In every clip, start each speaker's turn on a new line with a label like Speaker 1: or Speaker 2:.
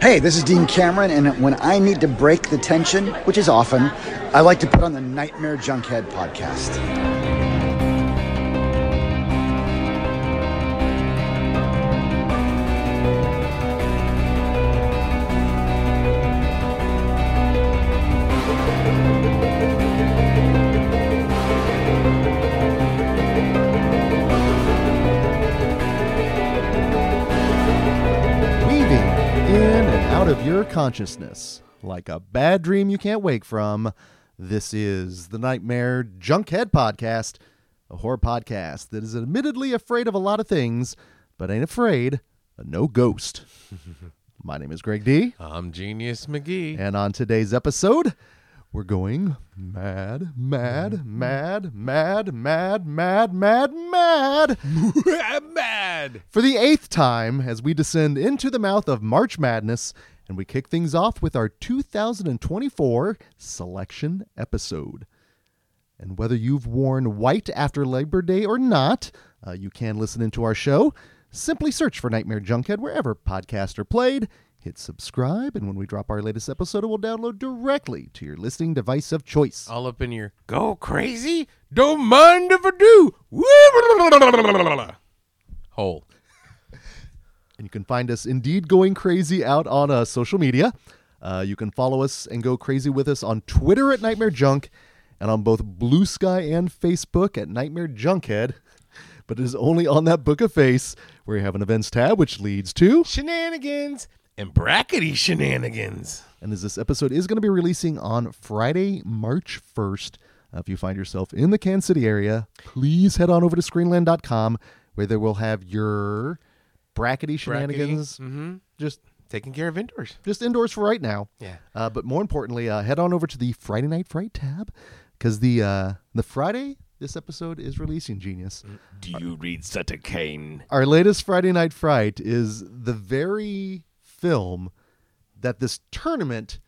Speaker 1: Hey, this is Dean Cameron, and when I need to break the tension, which is often, I like to put on the Nightmare Junkhead podcast.
Speaker 2: Weaving in and out of your consciousness like a bad dream you can't wake from. This is the Nightmare Junkhead Podcast, a horror podcast that is admittedly afraid of a lot of things, but ain't afraid of no ghost. My name is Greg D,
Speaker 3: I'm Genius McGee.
Speaker 2: and on today's episode, we're going mad, mad, mad, mad, mad, mad, mad, mad.
Speaker 3: I'm mad.
Speaker 2: For the eighth time, as we descend into the mouth of March Madness, and we kick things off with our 2024 selection episode. And whether you've worn white after Labor Day or not, uh, you can listen into our show. Simply search for Nightmare Junkhead wherever podcasts are played. Hit subscribe, and when we drop our latest episode, it will download directly to your listening device of choice.
Speaker 3: All up in your go crazy. Don't mind if I do. Hole.
Speaker 2: And you can find us indeed going crazy out on uh, social media. Uh, you can follow us and go crazy with us on Twitter at Nightmare Junk and on both Blue Sky and Facebook at Nightmare Junkhead. But it is only on that book of face where you have an events tab, which leads to.
Speaker 3: Shenanigans and brackety shenanigans.
Speaker 2: And as this episode is going to be releasing on Friday, March 1st, uh, if you find yourself in the Kansas City area, please head on over to screenland.com where they will have your brackety shenanigans
Speaker 3: Mm-hmm.
Speaker 2: just
Speaker 3: Taking care of indoors.
Speaker 2: just indoors for right now.
Speaker 3: Yeah.
Speaker 2: Uh, but more importantly, uh, head on over to the Friday Night Fright tab because the uh, the Friday this episode is releasing Genius.
Speaker 3: Do you read such a cane?
Speaker 2: Our latest Friday Night Fright is the very film that this tournament,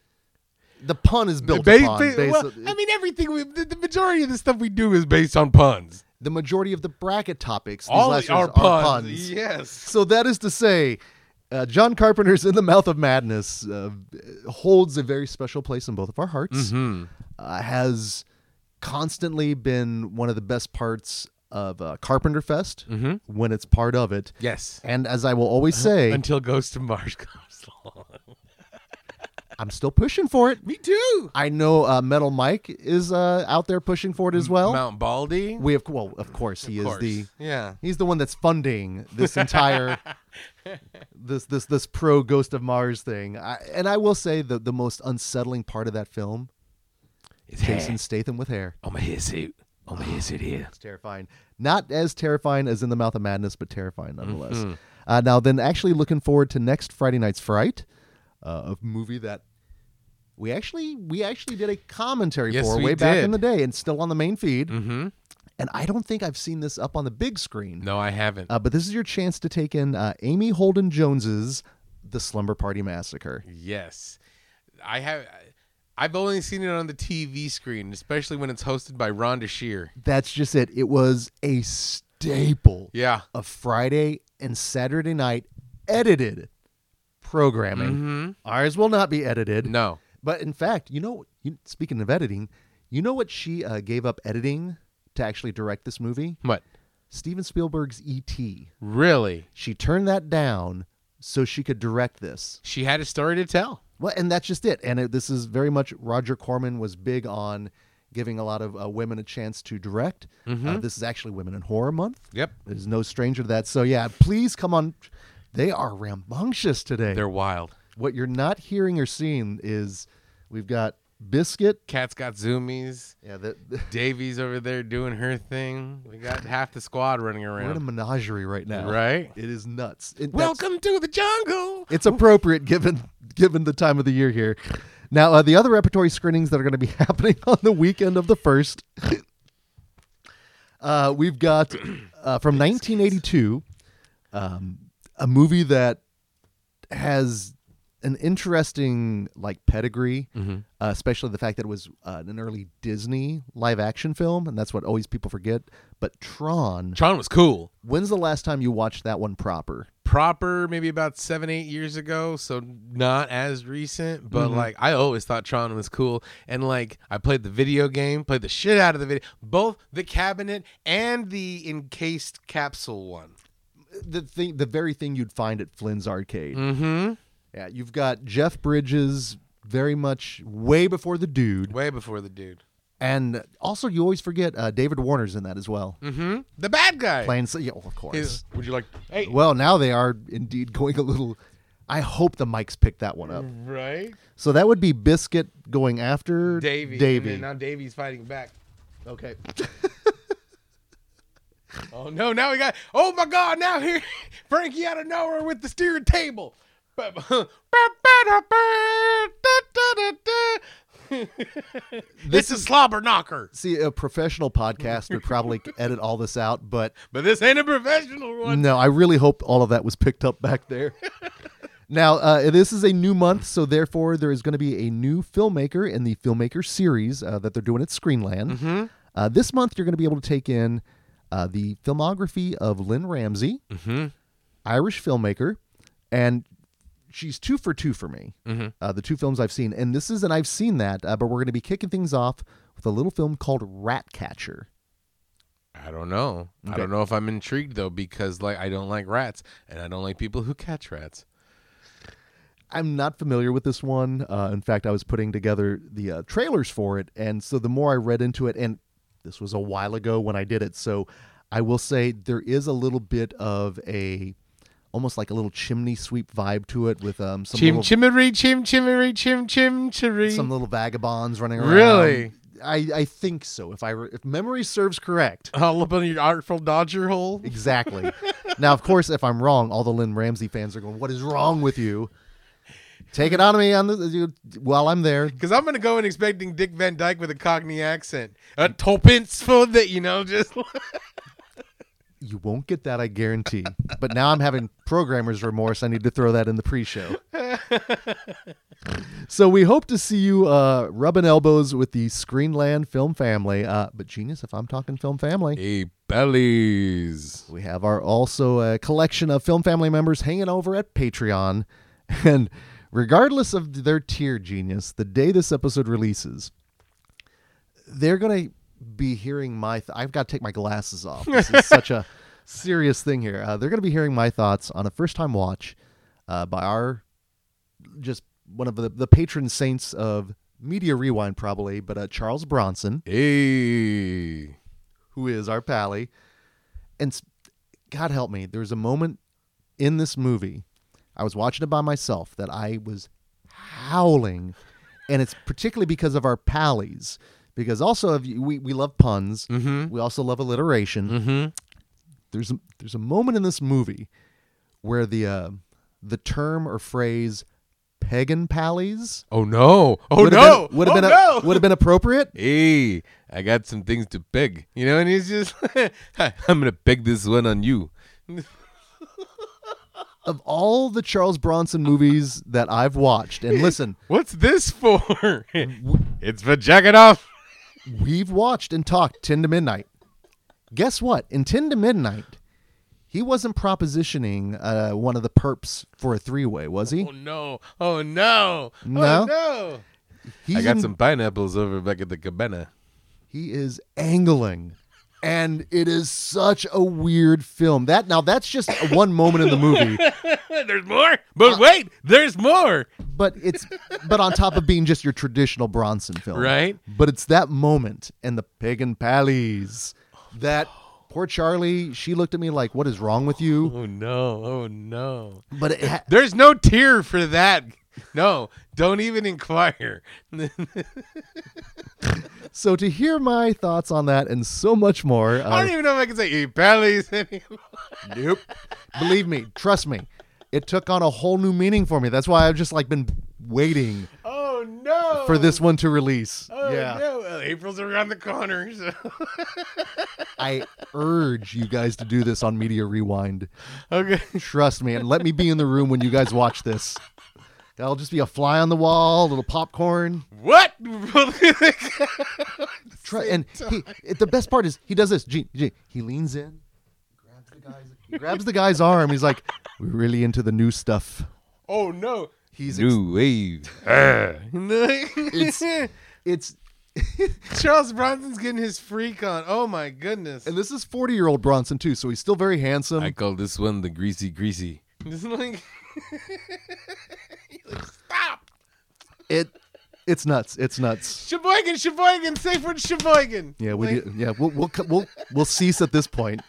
Speaker 2: the pun is built upon. based-
Speaker 3: well, I mean, everything. We, the, the majority of the stuff we do is based on puns.
Speaker 2: the majority of the bracket topics these
Speaker 3: All
Speaker 2: last
Speaker 3: our
Speaker 2: years
Speaker 3: puns.
Speaker 2: are puns.
Speaker 3: Yes.
Speaker 2: So that is to say, uh, John Carpenter's In the Mouth of Madness uh, holds a very special place in both of our hearts.
Speaker 3: Mm-hmm.
Speaker 2: Uh, has constantly been one of the best parts of uh, Carpenter Fest
Speaker 3: Mm-hmm.
Speaker 2: when it's part of it.
Speaker 3: Yes.
Speaker 2: And as I will always say,
Speaker 3: Until Ghost of Mars comes along.
Speaker 2: I'm still pushing for it.
Speaker 3: Me too.
Speaker 2: I know uh, Metal Mike is uh, out there pushing for it as well.
Speaker 3: Mount Baldy.
Speaker 2: we have, well, of course, he
Speaker 3: Of
Speaker 2: is
Speaker 3: course.
Speaker 2: the
Speaker 3: yeah.
Speaker 2: He's the one that's funding this entire this this this pro Ghost of Mars thing. I, and I will say the the most unsettling part of that film,
Speaker 3: It's
Speaker 2: Jason Statham with hair.
Speaker 3: on my hairsuit. On my hairsuit here.
Speaker 2: It's terrifying. Not as terrifying as in the Mouth of Madness, but terrifying nonetheless.
Speaker 3: Mm-hmm.
Speaker 2: Uh, now then, actually looking forward to next Friday night's Fright, uh, a movie that we actually we actually did a commentary
Speaker 3: Yes,
Speaker 2: for
Speaker 3: we
Speaker 2: way back in
Speaker 3: did.
Speaker 2: the day, and still on the main feed.
Speaker 3: Mm-hmm.
Speaker 2: And I don't think I've seen this up on the big screen.
Speaker 3: No, I haven't.
Speaker 2: Uh, but this is your chance to take in uh, Amy Holden Jones's The Slumber Party Massacre.
Speaker 3: yes, I have. I've only seen it on the TV screen, especially when it's hosted by Rhonda Shear.
Speaker 2: That's just it. It was a staple
Speaker 3: Yeah.
Speaker 2: of Friday and Saturday night edited programming. Ours will not be edited.
Speaker 3: Mm-hmm. No.
Speaker 2: But in fact, you know, you, speaking of editing, you know what she uh, gave up editing to actually direct this movie?
Speaker 3: What?
Speaker 2: Steven Spielberg's E.T.
Speaker 3: Really?
Speaker 2: She turned that down so she could direct this.
Speaker 3: She had a story to tell.
Speaker 2: Well, and that's just it. And it, this is very much Roger Corman was big on giving a lot of uh, women a chance to direct.
Speaker 3: Mm-hmm.
Speaker 2: Uh, this is actually Women in Horror Month.
Speaker 3: Yep.
Speaker 2: There's no stranger to that. So yeah, please come on. They are rambunctious today.
Speaker 3: They're wild.
Speaker 2: what you're not hearing or seeing is we've got Biscuit.
Speaker 3: Cat's got zoomies.
Speaker 2: Yeah, that
Speaker 3: Davy's over there doing her thing. We got half the squad running
Speaker 2: we're in a
Speaker 3: around.
Speaker 2: menagerie right now.
Speaker 3: Right?
Speaker 2: It is nuts. It- that's-
Speaker 3: Welcome to the jungle.
Speaker 2: it's appropriate given given the time of the year here. Now, uh, the other repertory screenings that are going to be happening on the weekend of the first, uh, we've got uh, from 1982, um, a movie that has an interesting like pedigree, uh, especially the fact that it was uh, an early Disney live action film, and that's what always people forget. But Tron,
Speaker 3: Tron was cool.
Speaker 2: when's the last time you watched that one proper?
Speaker 3: Proper, maybe about seven, eight years ago, so not as recent, but like I always thought Tron was cool. And like I played the video game, played the shit out of the video, both the cabinet and the encased capsule one.
Speaker 2: The thing, the very thing you'd find at Flynn's arcade.
Speaker 3: Mm-hmm.
Speaker 2: Yeah, you've got Jeff Bridges, very much way before the dude,
Speaker 3: Way before the dude.
Speaker 2: and also you always forget uh, David Warner's in that as well.
Speaker 3: Mm-hmm. The bad guy.
Speaker 2: Playing, so, yeah, well, of course.
Speaker 3: His- would you like? Hey,
Speaker 2: Well, now they are indeed going a little. I hope the mics picked that one up.
Speaker 3: Mm. right?
Speaker 2: So that would be Biscuit going after
Speaker 3: Davy.
Speaker 2: Davy.
Speaker 3: And then now Davy's fighting back.
Speaker 2: okay.
Speaker 3: Oh no! Now we got. Oh my God! Now here, Frankie out of nowhere with the steering table. Ba- ba- this is slobber knocker,
Speaker 2: See, a professional podcast would probably edit all this out, but
Speaker 3: but this ain't a professional one.
Speaker 2: no, I really hope all of that was picked up back there. now, uh, this is a new month, so therefore there is going to be a new filmmaker in the filmmaker series uh, that they're doing at Screenland. Uh, this month, you're going to be able to take in uh, the filmography of Lynn Ramsey, Irish filmmaker, and she's two for two for me. Uh, the two films I've seen, and this is, and I've seen that, uh, but we're going to be kicking things off with a little film called Ratcatcher.
Speaker 3: I don't know. I don't know if I'm intrigued though because like I don't like rats and I don't like people who catch rats.
Speaker 2: I'm not familiar with this one. Uh, in fact, I was putting together the uh, trailers for it, and so the more I read into it, and this was a while ago when I did it, so I will say there is a little bit of a almost like a little chimney sweep vibe to it with um some
Speaker 3: Chim
Speaker 2: little,
Speaker 3: chimery, chim chimery, chim chim chiri.
Speaker 2: some little vagabonds running around.
Speaker 3: Really?
Speaker 2: I I think so. If I re- if memory serves correct.
Speaker 3: All up on your artful dodger hole.
Speaker 2: Exactly. now, of course, if I'm wrong, all the Lynn Ramsey fans are going, "What is wrong with you?" Take it out of me on the you, while I'm there.
Speaker 3: Because I'm gonna go in expecting Dick Van Dyke with a Cockney accent, a tuppence for the, you know, just
Speaker 2: You won't get that, I guarantee. but now I'm having programmer's remorse. I need to throw that in the pre-show. so we hope to see you uh, rubbing elbows with the Screenland film family. Uh, but genius, if I'm talking film family,
Speaker 3: a bellies.
Speaker 2: we have our also a collection of film family members hanging over at Patreon, and regardless of their tier, genius, the day this episode releases, they're gonna be hearing my. Th- I've got to take my glasses off. This is such a serious thing here. Uh, they're gonna be hearing my thoughts on a first-time watch uh, by our just one of the, the patron saints of media rewind, probably, but uh, Charles Bronson
Speaker 3: A
Speaker 2: who is our pally. And s- God help me, there was a moment in this movie, I was watching it by myself, that I was howling. And it's particularly because of our pallies. Because also, if you, we, we love puns.
Speaker 3: Mm-hmm.
Speaker 2: We also love alliteration. There's, a, there's a moment in this movie where the, uh, the term or phrase pagan pallies
Speaker 3: Oh no! Oh
Speaker 2: would have
Speaker 3: no!
Speaker 2: been, would have
Speaker 3: oh
Speaker 2: been, a-
Speaker 3: no!
Speaker 2: would have been appropriate.
Speaker 3: hey, I got some things to beg, you know, and he's just, I'm gonna beg this one on you.
Speaker 2: of all the Charles Bronson movies that I've watched, and listen,
Speaker 3: What's this for? it's for jacking off.
Speaker 2: we've watched and talked 10 to Midnight. Guess what? In 10 to Midnight, he wasn't propositioning uh, one of the perps for a three way, was he?
Speaker 3: Oh no! Oh no!
Speaker 2: No?
Speaker 3: Oh no!
Speaker 2: He's
Speaker 3: I got
Speaker 2: in-
Speaker 3: some pineapples over back at the cabana.
Speaker 2: He is angling. And it is such a weird film. That now that's just one moment in the movie,
Speaker 3: there's more, but wait, there's more.
Speaker 2: but it's but on top of being just your traditional Bronson film.
Speaker 3: Right?
Speaker 2: But it's that moment and the pagan pallies that poor Charlie, she looked at me like, What is wrong with you?
Speaker 3: Oh no! Oh no!
Speaker 2: But it ha-
Speaker 3: There's no tier for that. No, don't even inquire.
Speaker 2: So to hear my thoughts on that and so much more,
Speaker 3: I
Speaker 2: uh,
Speaker 3: don't even know if I can say eat bellies anymore.
Speaker 2: nope. Believe me, trust me, it took on a whole new meaning for me. That's why I've just like been waiting
Speaker 3: Oh no!
Speaker 2: for this one to release.
Speaker 3: Oh
Speaker 2: yeah,
Speaker 3: no! Well, April's around the corner. So.
Speaker 2: I urge you guys to do this on Media Rewind.
Speaker 3: Okay.
Speaker 2: Trust me, and let me be in the room when you guys watch this. That'll just be a fly on the wall, a little popcorn.
Speaker 3: What?
Speaker 2: Try, and he, it- the best part is he does this. Gene, Gene, he leans in, grabs the guy's, he grabs the guy's arm. He's like, "We're really into the new stuff."
Speaker 3: oh no.
Speaker 2: He's ex-
Speaker 3: New wave. it's,
Speaker 2: it's
Speaker 3: Charles Bronson's getting his freak on. Oh my goodness.
Speaker 2: and this is forty year old Bronson too, so he's still very handsome.
Speaker 3: I call this one the greasy greasy. Just like, He's like, stop!
Speaker 2: it it's nuts. It's nuts.
Speaker 3: Sheboygan, Sheboygan, Seyfried Sheboygan.
Speaker 2: Yeah, we
Speaker 3: like,
Speaker 2: do- yeah we'll we'll co- we'll we'll cease at this point.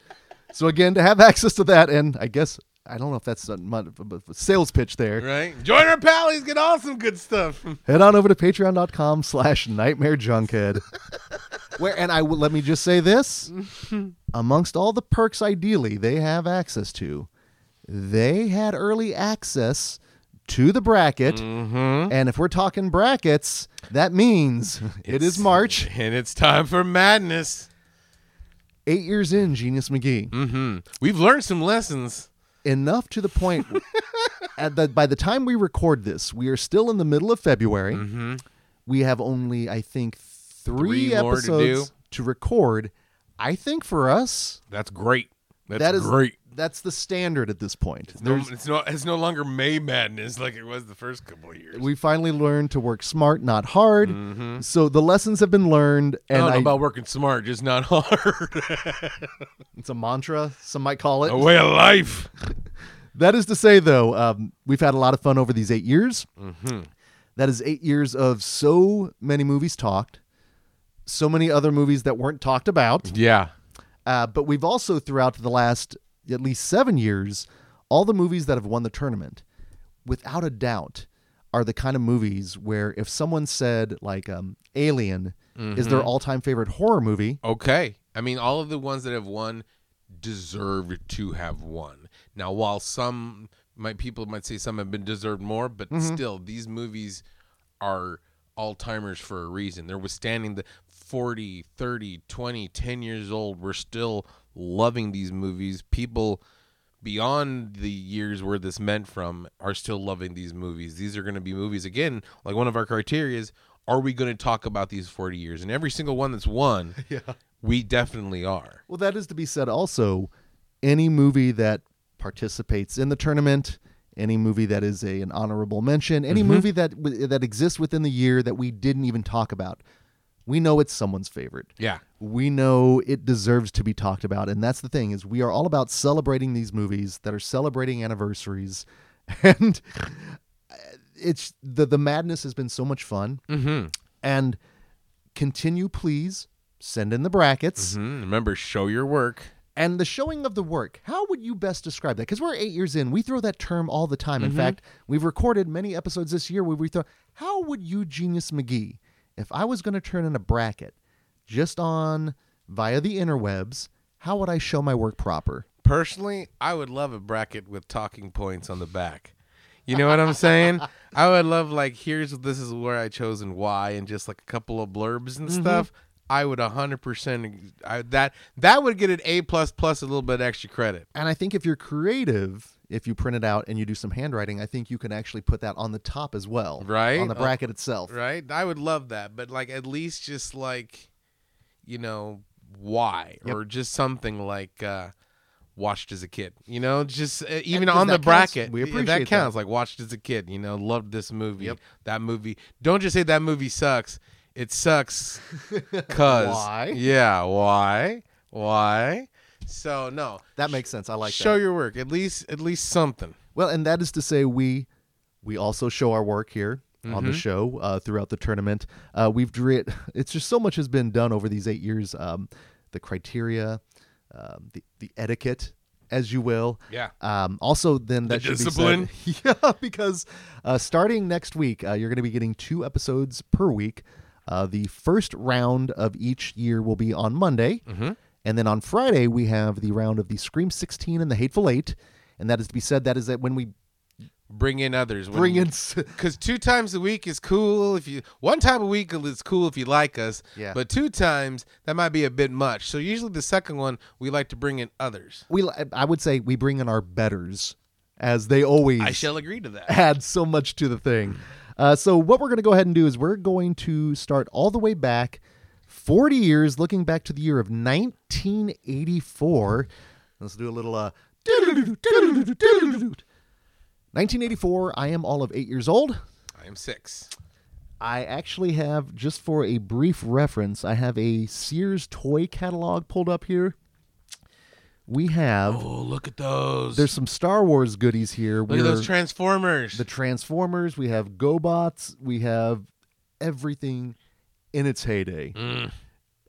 Speaker 2: So again, to have access to that, and I guess I don't know if that's a mon- a sales pitch there.
Speaker 3: right? Join our pallies, get all some good stuff.
Speaker 2: head on over to patreon.com slash nightmare junkhead where and i will let me just say this amongst all the perks ideally they have access to they had early access to the bracket and if we're talking brackets that means it is
Speaker 3: It's-
Speaker 2: march
Speaker 3: And it's time for madness.
Speaker 2: eight years in genius mcgee
Speaker 3: Hmm. We've learned some lessons.
Speaker 2: enough to the point at the, by the time we record this we are still in the middle of february we have only i think three,
Speaker 3: Mm-hmm. Three more to
Speaker 2: episodes
Speaker 3: do.
Speaker 2: to record i think for us
Speaker 3: That's great. That's
Speaker 2: that is
Speaker 3: great.
Speaker 2: that's the standard at this point
Speaker 3: No, it's no, it's no longer May Madness like it was the first couple of years.
Speaker 2: we finally learned to work smart not hard
Speaker 3: Mm-hmm.
Speaker 2: so the lessons have been learned
Speaker 3: I
Speaker 2: and
Speaker 3: don't know
Speaker 2: I-
Speaker 3: about working smart, just not hard.
Speaker 2: it's a mantra some might call it
Speaker 3: a way of life.
Speaker 2: That is to say, though, um, we've had a lot of fun over these eight years. That is eight years of so many movies talked, so many other movies that weren't talked about.
Speaker 3: Yeah.
Speaker 2: Uh, but we've also, throughout the last at least seven years, all the movies that have won the tournament, without a doubt, are the kind of movies where if someone said, like, um, Alien is their all time favorite horror movie,
Speaker 3: Okay. I mean, all of the ones that have won deserve to have won. Now, while some might people might say some have been deserved more, but still, these movies are all timers for a reason. They're withstanding the 40, 30, 20, 10 years old. We're still loving these movies. People beyond the years where this meant from are still loving these movies. These are going to be movies again. Like one of our criteria is, are we going to talk about these 40 years? And every single one that's won, yeah. we definitely are.
Speaker 2: Well, that is to be said also. Any movie that participates in the tournament, any movie that is a, an honorable mention, any movie that w- that exists within the year that we didn't even talk about, we know it's someone's favorite.
Speaker 3: Yeah.
Speaker 2: We know it deserves to be talked about, and that's the thing is we are all about celebrating these movies that are celebrating anniversaries, and uh, it's the the madness has been so much fun,
Speaker 3: Mm-hmm.
Speaker 2: and continue please send in the brackets
Speaker 3: Hmm, Remember, show your work.
Speaker 2: and the showing of the work how would you best describe that because we're eight years in we throw that term all the time in
Speaker 3: Mm-hmm.
Speaker 2: fact we've recorded many episodes this year where we throw how would you genius mcgee if i was going to turn in a bracket just on via the interwebs how would i show my work proper
Speaker 3: Personally, I would love a bracket with talking points on the back. You know what I'm saying? I would love like here's this is where I chose and why, and just like a couple of blurbs and stuff. I would 100 percent that that would get an A plus plus a little bit extra credit.
Speaker 2: and i think if you're creative if you print it out and you do some handwriting i think you can actually put that on the top as well
Speaker 3: Right.
Speaker 2: on the
Speaker 3: Uh,
Speaker 2: bracket itself
Speaker 3: right? I would love that, but like at least just like, you know, why or just something like uh watched as a kid. You know, just uh, even
Speaker 2: 'cause
Speaker 3: on the
Speaker 2: that counts.
Speaker 3: bracket,
Speaker 2: We
Speaker 3: yeah,
Speaker 2: appreciate
Speaker 3: that
Speaker 2: that.
Speaker 3: counts. Like watched as a kid. You know, loved this movie. That movie. Don't just say that movie sucks. It sucks, cause
Speaker 2: Why?
Speaker 3: Yeah, why? Why? So no,
Speaker 2: that makes sense i like that
Speaker 3: show your work. At least, at least something.
Speaker 2: Well, and that is to say, we we also show our work here on the show uh, throughout the tournament. Uh, we've dre- it's just so much has been done over these eight years. Um, the criteria, um, the the etiquette, as you will.
Speaker 3: Yeah.
Speaker 2: Um, also, then that should
Speaker 3: discipline.
Speaker 2: Be said, yeah, because uh, starting next week, uh, you're going to be getting two episodes per week. Uh, the first round of each year will be on Monday, and then on Friday we have the round of the Scream 16 and the Hateful Eight. And that is to be said. That is that when we
Speaker 3: Bring in others. when
Speaker 2: bring
Speaker 3: you-
Speaker 2: in s-
Speaker 3: Because two times a week is cool if you one time a week is cool if you like us.
Speaker 2: Yeah.
Speaker 3: But two times that might be a bit much. So usually the second one we like to bring in others.
Speaker 2: we li- I would say we bring in our betters as they always
Speaker 3: I shall agree to that.
Speaker 2: add so much to the thing. Uh, so what we're going to go ahead and do is we're going to start all the way back 40 years, looking back to the year of 1984. Let's do a little uh. 1984. I am all of eight years old.
Speaker 3: I am six.
Speaker 2: I actually have, just for a brief reference, I have a Sears toy catalog pulled up here. We have
Speaker 3: Oh, look at those.
Speaker 2: there's some Star Wars goodies here.
Speaker 3: look at
Speaker 2: We're-
Speaker 3: those Transformers.
Speaker 2: the Transformers, we have GoBots, we have everything in its heyday.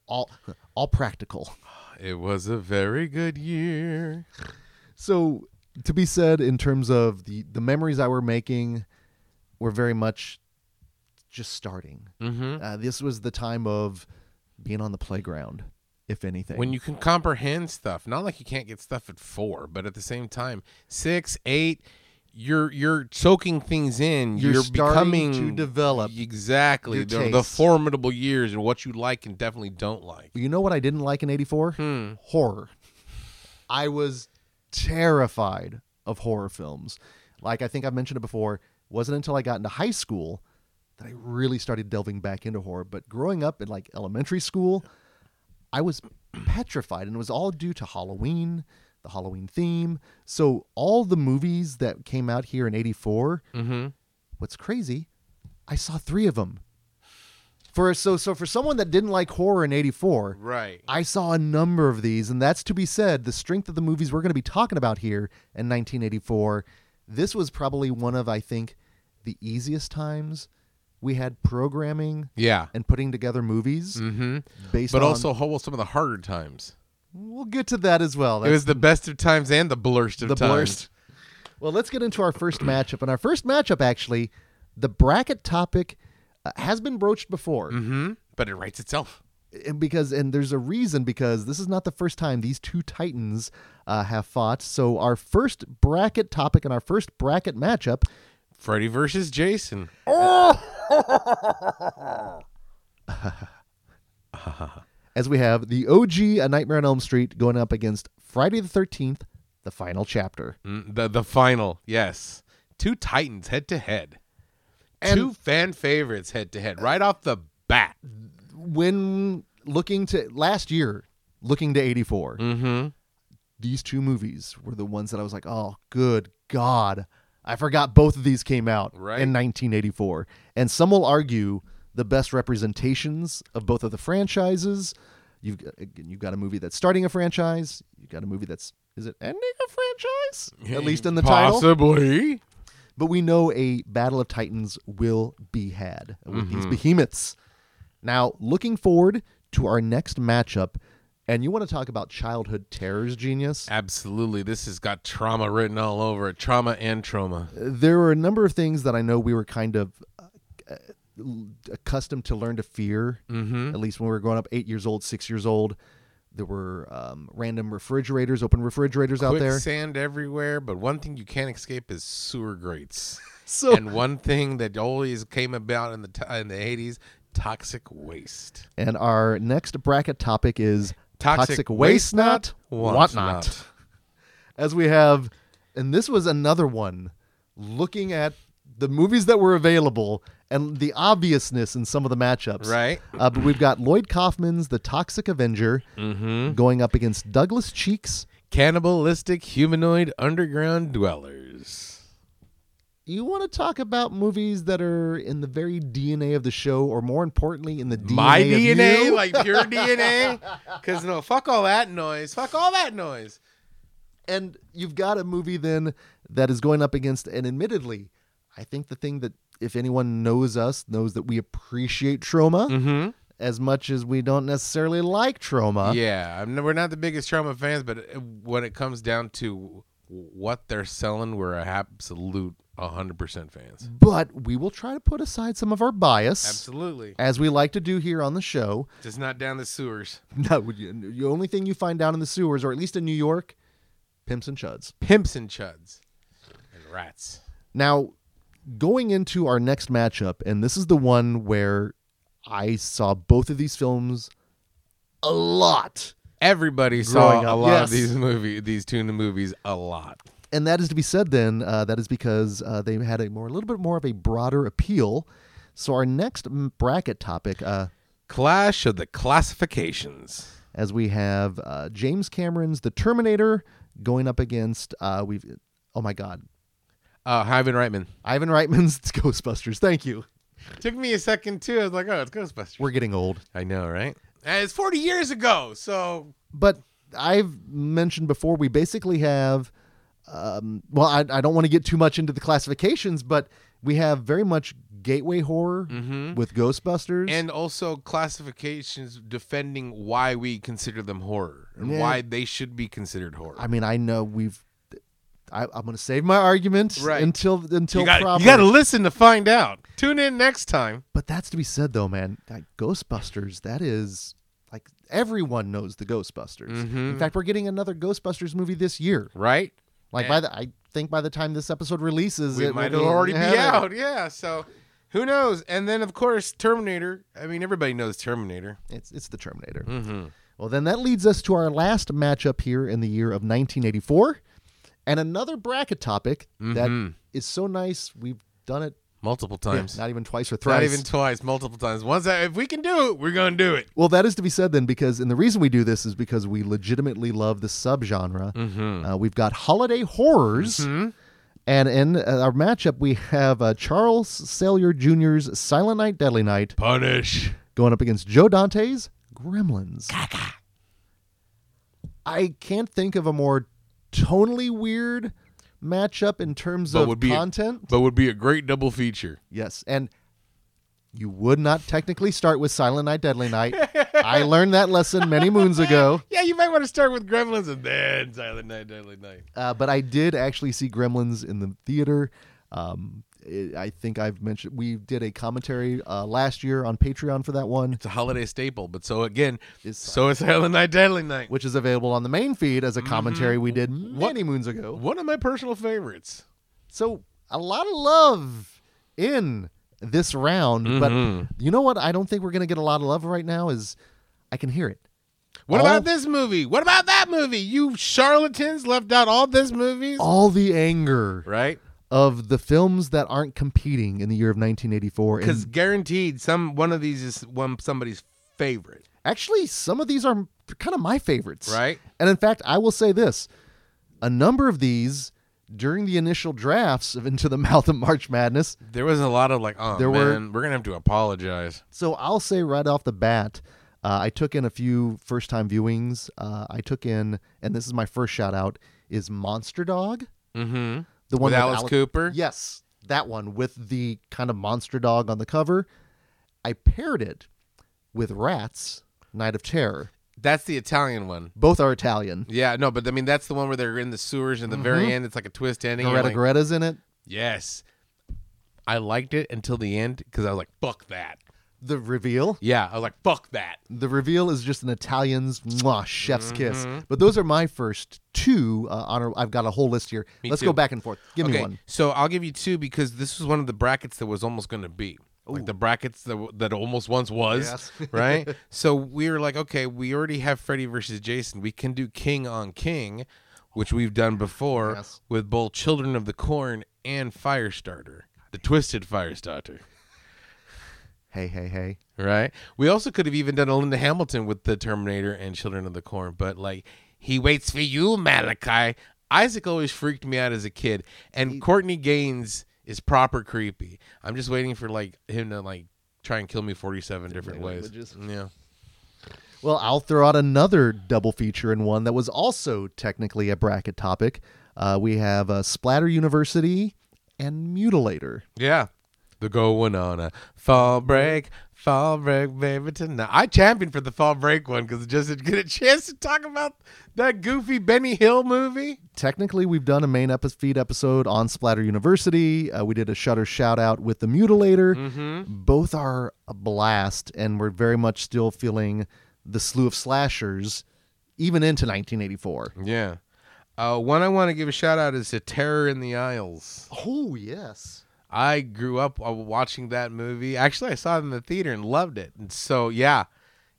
Speaker 2: All all practical.
Speaker 3: it was a very good year.
Speaker 2: So to be said in terms of the the memories I were making were very much just starting.
Speaker 3: Mm-hmm.
Speaker 2: Uh, this was the time of being on the playground, if anything.
Speaker 3: When you can comprehend stuff, not like you can't get stuff at four, but at the same time, six, eight, you're you're soaking things in.
Speaker 2: You're
Speaker 3: You're,
Speaker 2: starting
Speaker 3: becoming
Speaker 2: to develop
Speaker 3: exactly
Speaker 2: your
Speaker 3: the, the
Speaker 2: taste.
Speaker 3: formidable years and what you like and definitely don't like.
Speaker 2: you know what I didn't like in 84?
Speaker 3: Hmm.
Speaker 2: horror. I was terrified of horror films. Like I think I've mentioned it before, wasn't until I got into high school that I really started delving back into horror. But growing up in like elementary school, I was petrified and it was all due to Halloween, the Halloween theme. So all the movies that came out here in 84,
Speaker 3: Mm-hmm.
Speaker 2: what's crazy, I saw 3 of them. For so so for someone that didn't like horror in 84,
Speaker 3: Right.
Speaker 2: I saw a number of these, and that's to be said. The strength of the movies we're going to be talking about here in 1984, this was probably one of, I think, the easiest times we had programming
Speaker 3: Yeah.
Speaker 2: and putting together movies
Speaker 3: Mm-hmm.
Speaker 2: based
Speaker 3: But
Speaker 2: on.
Speaker 3: also, what was some of the harder times?
Speaker 2: we'll get to that as well.
Speaker 3: it
Speaker 2: That's
Speaker 3: was the best of times and the blurst of
Speaker 2: the blurst.
Speaker 3: times.
Speaker 2: Well, let's get into our first matchup, and our first matchup actually, the bracket topic uh, has been broached before.
Speaker 3: Mm-hmm. But it writes itself.
Speaker 2: and because and there's a reason because this is not the first time these two titans uh, have fought. So our first bracket topic and our first bracket matchup.
Speaker 3: Freddy versus Jason.
Speaker 2: as we have the OG A Nightmare on Elm Street going up against Friday the 13th, the final chapter.
Speaker 3: Mm, the the final, yes. Two Titans head to head.
Speaker 2: And-
Speaker 3: Two fan favorites head to head right off the bat.
Speaker 2: When looking to last year, looking to 84,
Speaker 3: Mm-hmm.
Speaker 2: these two movies were the ones that I was like, "Oh, good god. I forgot both of these came out
Speaker 3: Right.
Speaker 2: in 1984." And some will argue the best representations of both of the franchises. You've got, again, you've got a movie that's starting a franchise, you've got a movie that's is it ending a franchise? At least in the title.
Speaker 3: Possibly.
Speaker 2: But we know a battle of titans will be had with these behemoths. Now, looking forward to our next matchup, and you want to talk about childhood terrors, genius?
Speaker 3: Absolutely. This has got trauma written all over it. Trauma and trauma.
Speaker 2: there were a number of things that I know we were kind of uh, accustomed to learn to fear. Mm-hmm. At least when we were growing up, eight years old, six years old, there were um, random refrigerators, open refrigerators out there.
Speaker 3: Quicksand everywhere, but one thing you can't escape is sewer grates.
Speaker 2: So and,
Speaker 3: and one thing that always came about in the t- in the eighties, toxic waste.
Speaker 2: our next bracket topic is
Speaker 3: Toxic waste not, want
Speaker 2: whatnot.
Speaker 3: not.
Speaker 2: As we have, and this was another one. Looking at the movies that were available and the obviousness in some of the matchups,
Speaker 3: Right?
Speaker 2: Uh, but we've got Lloyd Kaufman's The Toxic Avenger
Speaker 3: Mm-hmm.
Speaker 2: going up against Douglas Cheeks.
Speaker 3: Cannibalistic humanoid underground dwellers.
Speaker 2: You want to talk about movies that are in the very DNA of the show, or more importantly, in the DNA
Speaker 3: My
Speaker 2: of
Speaker 3: DNA,
Speaker 2: you?
Speaker 3: like your DNA. Because no, fuck all that noise. Fuck all that noise.
Speaker 2: and you've got a movie then that is going up against, and admittedly, I think the thing that if anyone knows us knows that we appreciate trauma
Speaker 3: Mm-hmm.
Speaker 2: as much as we don't necessarily like trauma.
Speaker 3: Yeah, I'm, we're not the biggest trauma fans, but it- when it comes down to what they're selling, we're a absolute 100% fans.
Speaker 2: But we will try to put aside some of our bias,
Speaker 3: Absolutely.
Speaker 2: as we like to do here on the show.
Speaker 3: Just not down the sewers.
Speaker 2: No, would you- the only thing you find down in the sewers, or at least in New York, pimps and chuds.
Speaker 3: Pimps and chuds and rats.
Speaker 2: Now, going into our next matchup, and this is the one where I saw both of these films a lot.
Speaker 3: Everybody
Speaker 2: Growing
Speaker 3: saw
Speaker 2: up,
Speaker 3: a lot
Speaker 2: yes.
Speaker 3: of these movie, these tuna movies a lot.
Speaker 2: and that is to be said then uh, that is because uh, they had a more a little bit more of a broader appeal so our next m- bracket topic uh,
Speaker 3: Clash of the Classifications.
Speaker 2: as we have uh, james cameron's the terminator going up against uh, we've oh my god
Speaker 3: Uh, Ivan Reitman.
Speaker 2: ivan reitman's ghostbusters thank you
Speaker 3: Took me a second too. I was like, oh, it's Ghostbusters.
Speaker 2: we're getting old
Speaker 3: I know, right? And it's 40 years ago, so
Speaker 2: but I've mentioned before we basically have um, well I, I don't want to get too much into the classifications but we have very much gateway horror with Ghostbusters
Speaker 3: Mm-hmm. and also classifications defending why we consider them horror and
Speaker 2: Yeah.
Speaker 3: why they should be considered horror.
Speaker 2: I mean I know we've I, I'm going to save my argument
Speaker 3: Right.
Speaker 2: until until
Speaker 3: you got
Speaker 2: proper.
Speaker 3: to listen to find out. Tune in next time.
Speaker 2: but that's to be said though man that Ghostbusters that is like everyone knows the Ghostbusters
Speaker 3: Mm-hmm.
Speaker 2: in fact we're getting another Ghostbusters movie this year
Speaker 3: Right?
Speaker 2: like by the I think by the time this episode releases
Speaker 3: We
Speaker 2: it
Speaker 3: might
Speaker 2: will
Speaker 3: already be
Speaker 2: have it.
Speaker 3: out. Yeah. So who knows? And then of course Terminator. I mean, everybody knows Terminator.
Speaker 2: It's it's the Terminator.
Speaker 3: Mm-hmm.
Speaker 2: Well, then that leads us to our last matchup here in the year of 1984, and another bracket topic that
Speaker 3: Mm-hmm.
Speaker 2: is so nice. We've done it
Speaker 3: Multiple times.
Speaker 2: not even twice or thrice.
Speaker 3: Not even twice, multiple times. Once I, if we can do it, we're gonna do it.
Speaker 2: well, that is to be said then, because and the reason we do this is because we legitimately love the subgenre.
Speaker 3: Mm-hmm.
Speaker 2: Uh, we've got holiday horrors. And in uh, our matchup, we have uh, Charles Sellier Jr.'s Silent Night, Deadly Night
Speaker 3: Punish.
Speaker 2: going up against Joe Dante's Gremlins. I can't think of a more tonally weird matchup in terms
Speaker 3: But
Speaker 2: of
Speaker 3: would be-
Speaker 2: content.
Speaker 3: But would be a great double feature.
Speaker 2: yes, and you would not technically start with Silent Night, Deadly Night. I learned that lesson many moons ago,
Speaker 3: Yeah, you might want to start with Gremlins and then Silent Night, Deadly Night.
Speaker 2: uh, but I did actually see Gremlins in the theater. Um, it, I think I've mentioned we did a commentary uh, last year on Patreon for that one,
Speaker 3: It's a holiday staple, but so again,
Speaker 2: It's
Speaker 3: so is Silent Night, Deadly Night.
Speaker 2: which is available on the main feed as a commentary we did many moons ago.
Speaker 3: One of my personal favorites.
Speaker 2: So a lot of love in this round, but you know what? I don't think we're gonna get a lot of love right now. Is I can hear it.
Speaker 3: What
Speaker 2: All-
Speaker 3: about this movie? What about that movie? You charlatans left out all Mm. this movies.
Speaker 2: All the anger
Speaker 3: Right?
Speaker 2: of the films that aren't competing in the year of 1984.
Speaker 3: Because
Speaker 2: And
Speaker 3: guaranteed, some one of these is one somebody's favorite.
Speaker 2: actually, some of these are kind of my favorites.
Speaker 3: Right.
Speaker 2: And in fact, I will say this: a number of these during the initial drafts of Into the Mouth of March Madness
Speaker 3: There was a lot of like, oh
Speaker 2: There were-
Speaker 3: man, we're gonna have to apologize.
Speaker 2: So I'll say right off the bat, uh, I took in a few first time viewings. Uh, I took in, and this is my first shout out, is Monster Dog.
Speaker 3: Mm-hmm.
Speaker 2: The one
Speaker 3: with Alice
Speaker 2: Ale-
Speaker 3: Cooper.
Speaker 2: Yes, that one with the kind of monster dog on the cover. I paired it with Rats, Night of Terror.
Speaker 3: That's the Italian one.
Speaker 2: Both are Italian.
Speaker 3: Yeah, no, but I mean that's the one where they're in the sewers and the
Speaker 2: Mm-hmm.
Speaker 3: very end. It's like a twist ending. You're
Speaker 2: Greta
Speaker 3: like,
Speaker 2: Greta's in it.
Speaker 3: yes, I liked it until the end because I was like, fuck that.
Speaker 2: The reveal.
Speaker 3: Yeah, I was like, fuck that.
Speaker 2: The reveal is just an Italian's mwah, chef's
Speaker 3: Mm-hmm.
Speaker 2: kiss. But those are my first two. Uh, honor. I've got a whole list here.
Speaker 3: Me
Speaker 2: Let's
Speaker 3: too.
Speaker 2: go back and forth. Give me
Speaker 3: okay,
Speaker 2: one.
Speaker 3: so I'll give you two because this was one of the brackets that was almost going to be like the brackets that, w- that almost once was
Speaker 2: Yes.
Speaker 3: right. So we were like, okay, we already have Freddy versus Jason. We can do King on King, which we've done before
Speaker 2: Yes.
Speaker 3: with both Children of the Corn and Firestarter, the Twisted Firestarter.
Speaker 2: Hey, hey, hey.
Speaker 3: Right. We also could have even done a Linda Hamilton with the Terminator and Children of the Corn, but like he waits for you, Malachi. Isaac always freaked me out as a kid, and Courtney Gaines is proper creepy. I'm just waiting for like him to like try and kill me 47 different ways.
Speaker 2: languages.
Speaker 3: Yeah.
Speaker 2: Well, I'll throw out another double feature in one that was also technically a bracket topic. Uh, we have uh, Splatter University and Mutilator.
Speaker 3: Yeah. The going on a fall break, fall break, baby tonight. I championed for the fall break one because just to get a chance to talk about that goofy Benny Hill movie.
Speaker 2: Technically, we've done a main epi- feed episode on Splatter University. Uh, we did a Shutter shout out with the Mutilator. Both are a blast, and we're very much still feeling the slew of slashers, even into 1984.
Speaker 3: Yeah. Uh, one I want to give a shout out is to Terror in the Isles.
Speaker 2: Oh, yes.
Speaker 3: I grew up uh, watching that movie. Actually, I saw it in the theater and loved it. And so, yeah,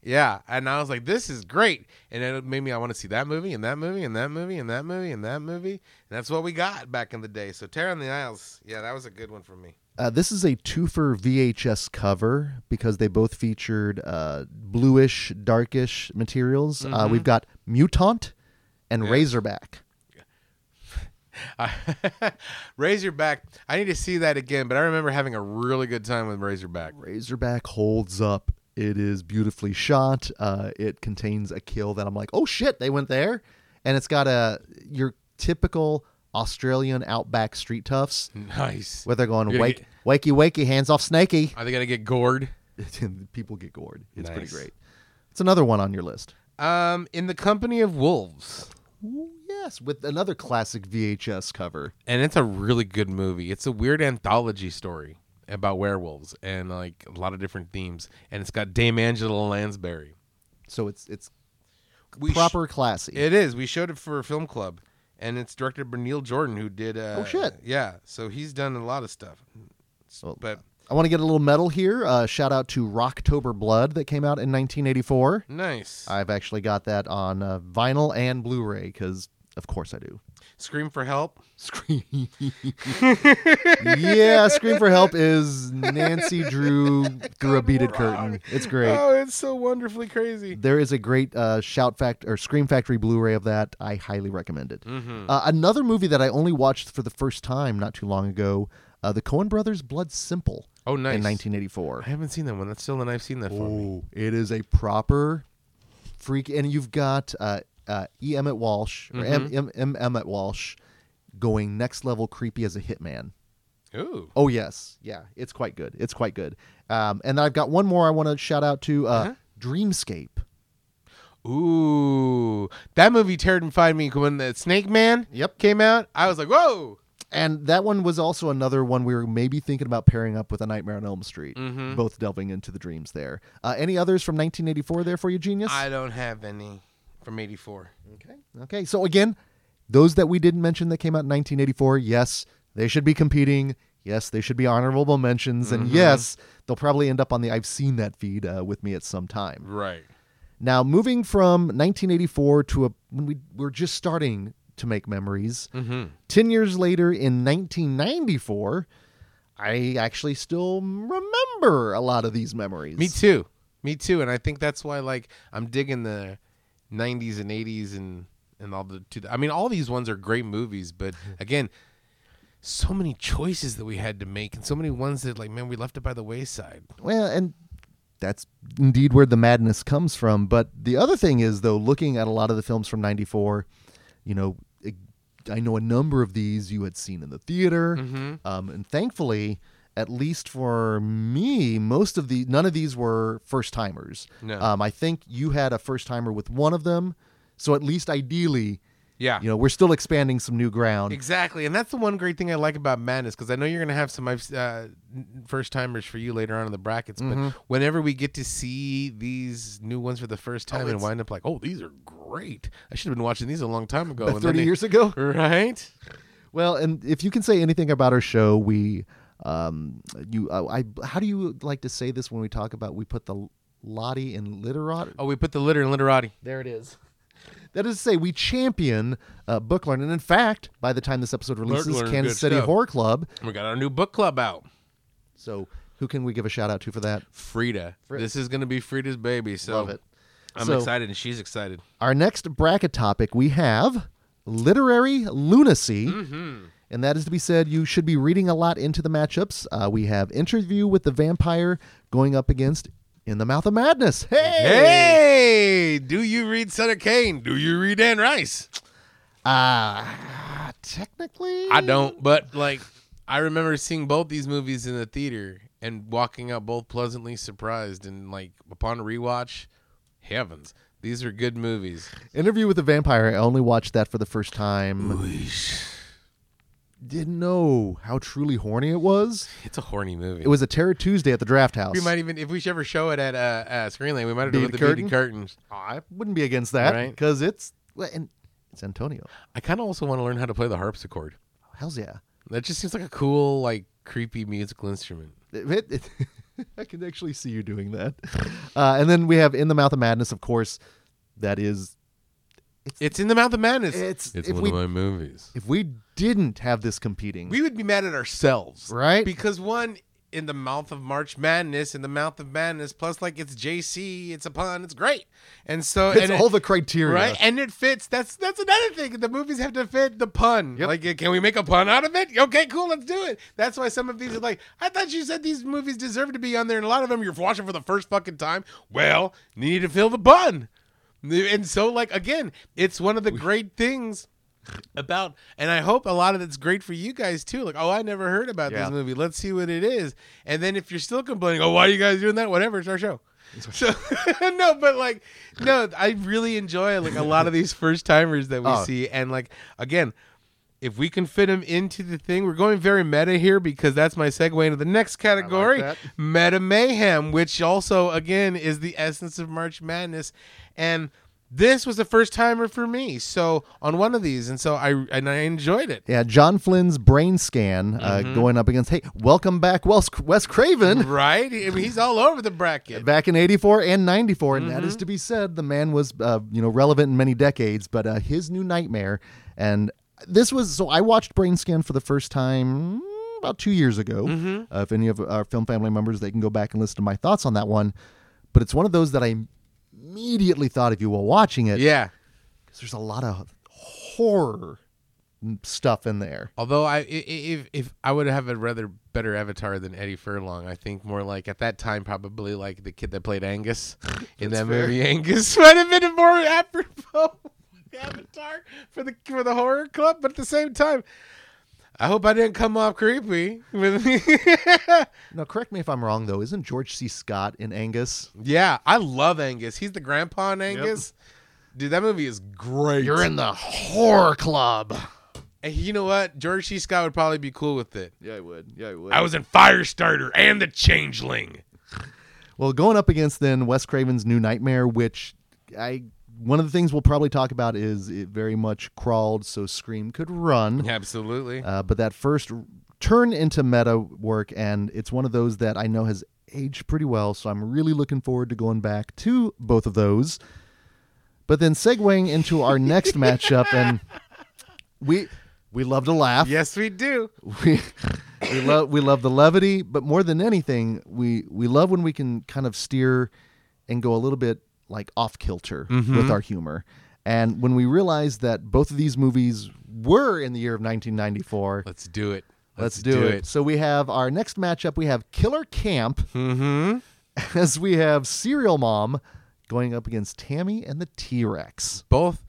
Speaker 3: Yeah, and I was like, "This is great," and it made me I want to see that movie and that movie and that movie and that movie and that movie, and that's what we got back in the day. So, Terror on the Isles, yeah, that was a good one for me.
Speaker 2: Uh, this is a twofer VHS cover because they both featured uh, bluish, darkish materials. Uh,
Speaker 3: Mm-hmm.
Speaker 2: we've got Mutant and Razorback.
Speaker 3: I- Razorback, I need to see that again, but I remember having a really good time with Razorback.
Speaker 2: Razorback holds up. It is beautifully shot. Uh, it contains a kill that I'm like, oh shit, they went there, and it's got a your typical Australian outback street toughs
Speaker 3: Nice.
Speaker 2: where they're going
Speaker 3: You're gonna
Speaker 2: wake, wakey wakey, hands off snaky.
Speaker 3: Are they gonna get gored?
Speaker 2: People get gored. It's pretty
Speaker 3: Nice.
Speaker 2: great. It's another one on your list.
Speaker 3: Um, in the company of wolves,
Speaker 2: Ooh, yes, with another classic VHS cover.
Speaker 3: and it's a really good movie. It's a weird anthology story about werewolves and like a lot of different themes, and it's got Dame Angela Lansbury.
Speaker 2: So it's it's
Speaker 3: We sh-
Speaker 2: proper classy.
Speaker 3: It is. We showed it for film club, and it's directed by Neil Jordan, who did. Uh,
Speaker 2: Oh, shit.
Speaker 3: Yeah, so he's done a lot of stuff.
Speaker 2: Well,
Speaker 3: But
Speaker 2: Oh, I want to get a little metal here. Uh, shout out to Rocktober Blood that came out in 1984.
Speaker 3: nice.
Speaker 2: I've actually got that on uh, vinyl and Blu-ray because, of course, I do.
Speaker 3: Scream for help.
Speaker 2: Scream. yeah, Scream for Help is Nancy Drew through a beaded curtain. It's great.
Speaker 3: Oh, it's so wonderfully crazy.
Speaker 2: There is a great uh, Shout Fact or Scream Factory Blu-ray of that. I highly recommend it.
Speaker 3: Mm-hmm.
Speaker 2: Uh, another movie that I only watched for the first time not too long ago, uh, the Coen Brothers' Blood Simple
Speaker 3: Oh, nice.
Speaker 2: in 1984.
Speaker 3: I haven't seen that one. That's still an I've seen that for me.
Speaker 2: Oh, it is a proper freak, and you've got uh, uh, E. Emmett Walsh or
Speaker 3: Mm-hmm.
Speaker 2: M. M. M. Emmett Walsh going next level creepy as a hitman.
Speaker 3: Ooh.
Speaker 2: Oh yes, yeah, it's quite good. It's quite good. Um, and I've got one more I want to shout out to uh,
Speaker 3: Uh-huh.
Speaker 2: Dreamscape.
Speaker 3: Ooh. That movie terrified me when the Snake Man
Speaker 2: Yep.
Speaker 3: came out. I was like, whoa.
Speaker 2: And that one was also another one we were maybe thinking about pairing up with A Nightmare on Elm Street, both delving into the dreams there. Uh, any others from 1984 there for you, genius?
Speaker 3: I don't have any from 84.
Speaker 2: okay. Okay. So again, those that we didn't mention that came out in 1984, yes, they should be competing. Yes, they should be honorable mentions. And yes, they'll probably end up on the I've seen that feed uh, with me at some time.
Speaker 3: Right.
Speaker 2: Now, moving from 1984 to a, when we were just starting to make memories, 10 years later in 1994, I actually still remember a lot of these memories.
Speaker 3: Me too. Me too. And I think that's why like I'm digging the 90s and 80s and and all the two. I mean, all these ones are great movies, but again, so many choices that we had to make and so many ones that like man, we left it by the wayside.
Speaker 2: Well, and that's indeed where the madness comes from. But the other thing is, though, looking at a lot of the films from 94, you know, it- I know a number of these you had seen in the theater.
Speaker 3: Mm-hmm.
Speaker 2: Um, and thankfully, at least for me, most of the none of these were first timers.
Speaker 3: No.
Speaker 2: Um, I think you had a first timer with one of them. So at least ideally,
Speaker 3: Yeah.
Speaker 2: you know, we're still expanding some new ground.
Speaker 3: Exactly, and that's the one great thing I like about Madness because I know you're gonna have some I've, uh, first timers for you later on in the brackets.
Speaker 2: Mm-hmm.
Speaker 3: But whenever we get to see these new ones for the first time and wind up like, oh, these are great! I should have been watching these a long time ago. and then
Speaker 2: 30
Speaker 3: they-
Speaker 2: years ago?
Speaker 3: right?
Speaker 2: Well, and if you can say anything about our show, we, um, you, uh, I, how do you like to say this when we talk about we put the Lottie in literat?
Speaker 3: Oh, we put the litter in literati.
Speaker 2: there it is. That is to say, we champion uh, book learning. And in fact, by the time this episode releases,
Speaker 3: learning,
Speaker 2: Kansas
Speaker 3: good
Speaker 2: City
Speaker 3: stuff.
Speaker 2: Horror Club.
Speaker 3: We got our new book club out.
Speaker 2: So who can we give a shout out to for that?
Speaker 3: Frida. This is gonna be Frida's baby. So
Speaker 2: Love it.
Speaker 3: I'm
Speaker 2: So-
Speaker 3: excited, and she's excited.
Speaker 2: Our next bracket topic we have literary lunacy.
Speaker 3: Mm-hmm.
Speaker 2: And that is to be said, you should be reading a lot into the matchups. Uh, we have Interview with the Vampire going up against In the Mouth of Madness. Hey!
Speaker 3: Hey, do you read Sutter Kane? Do you read Anne Rice?
Speaker 2: Uh, technically.
Speaker 3: I don't, but like I remember seeing both these movies in the theater and walking out both pleasantly surprised and like upon rewatch, heavens, these are good movies.
Speaker 2: Interview with the Vampire, I only watched that for the first time. Didn't know how truly horny it was.
Speaker 3: It's a horny movie.
Speaker 2: It was a Terror Tuesday at the Draft House.
Speaker 3: we might even if we should ever show it at uh, uh Screenlane, we might have done with the
Speaker 2: Beaded
Speaker 3: beaded curtains.
Speaker 2: I wouldn't be against that
Speaker 3: Right.
Speaker 2: because it's. well, And it's Antonio.
Speaker 3: I kind of also want to learn how to play the harpsichord.
Speaker 2: How's yeah.
Speaker 3: That just seems like a cool, like creepy musical instrument.
Speaker 2: It- it- I can actually see you doing that. Uh, and then we have In the Mouth of Madness, of course. That is,
Speaker 3: It's in the mouth of madness.
Speaker 2: It's-
Speaker 3: it's
Speaker 2: if
Speaker 3: one
Speaker 2: we-
Speaker 3: of my movies.
Speaker 2: if we didn't have this competing,
Speaker 3: We would be mad at ourselves,
Speaker 2: Right.
Speaker 3: Because one in the mouth of March Madness, in the mouth of madness. Plus, like it's JC, it's a pun, it's great, and so
Speaker 2: it's
Speaker 3: and it-
Speaker 2: all the criteria.
Speaker 3: right, and it fits. That's that's another thing. The movies have to fit the pun.
Speaker 2: Yep.
Speaker 3: Like, can we make a pun out of it? Okay, cool, let's do it. That's why some of these are like, I thought you said these movies deserve to be on there, and a lot of them you're watching for the first fucking time. Well, you need to fill the pun. And so, like again, it's one of the great things about and I hope a lot of it's great for you guys too. Like, oh, I never heard about
Speaker 2: Yeah.
Speaker 3: this movie. Let's see what it is. And then if you're still complaining, oh, why are you guys doing that? Whatever, it's our show. So no, but like no, I really enjoy like a lot of these first timers that we
Speaker 2: Oh.
Speaker 3: see, and like again, if we can fit them into the thing, we're going very meta here because that's my segue into the next category,
Speaker 2: that.
Speaker 3: meta mayhem, which also again is the essence of March Madness, and this was the first timer for me. So on one of these, and so I and I enjoyed it.
Speaker 2: Yeah, John Flynn's brain scan uh,
Speaker 3: Mm-hmm.
Speaker 2: going up against, hey, welcome back, Wes, Wes Craven.
Speaker 3: Right? I mean, he's all over the bracket.
Speaker 2: Back in 84 and 94, and that is to be said, the man was, uh, you know, relevant in many decades, but uh, his new nightmare. And this was, so I watched Brain Scan for the first time mm, about two years ago. Uh, if any of our film family members, they can go back and listen to my thoughts on that one. But it's one of those that I immediately thought of you while watching it.
Speaker 3: Yeah.
Speaker 2: 'cause There's a lot of horror stuff in there.
Speaker 3: Although I, i- i- if if I would have a rather better avatar than Eddie Furlong, I think more like at that time probably like the kid that played Angus in that movie. Angus might have been a more apropos avatar for the for the horror club, but at the same time, I hope I didn't come off creepy. With
Speaker 2: Now, correct me if I'm wrong, though. Isn't George C. Scott in Angus?
Speaker 3: yeah, I love Angus. He's the grandpa in Angus. Dude, that movie is great.
Speaker 2: in the horror club.
Speaker 3: and you know what? George C. Scott would probably be cool with it.
Speaker 2: Yeah, I would. Yeah, I would.
Speaker 3: I was in Firestarter and The Changeling.
Speaker 2: well, going up against then Wes Craven's New Nightmare, which I one of the things we'll probably talk about is it very much crawled so Scream could run.
Speaker 3: Absolutely.
Speaker 2: Uh, but that first r- turn into meta work, and it's one of those that I know has aged pretty well. So I'm really looking forward to going back to both of those. But then segueing into our next matchup, and we we love to laugh.
Speaker 3: Yes, we do.
Speaker 2: we we love we love the levity, but more than anything, we we love when we can kind of steer and go a little bit like off kilter with our humor. And when we realized that both of these movies were in the year of 1994, let's,
Speaker 3: Let's do it.
Speaker 2: do, it. So we have our next matchup. We have Killer Camp,
Speaker 3: Mm-hmm.
Speaker 2: as we have Serial Mom going up against Tammy and the T Rex.
Speaker 3: Both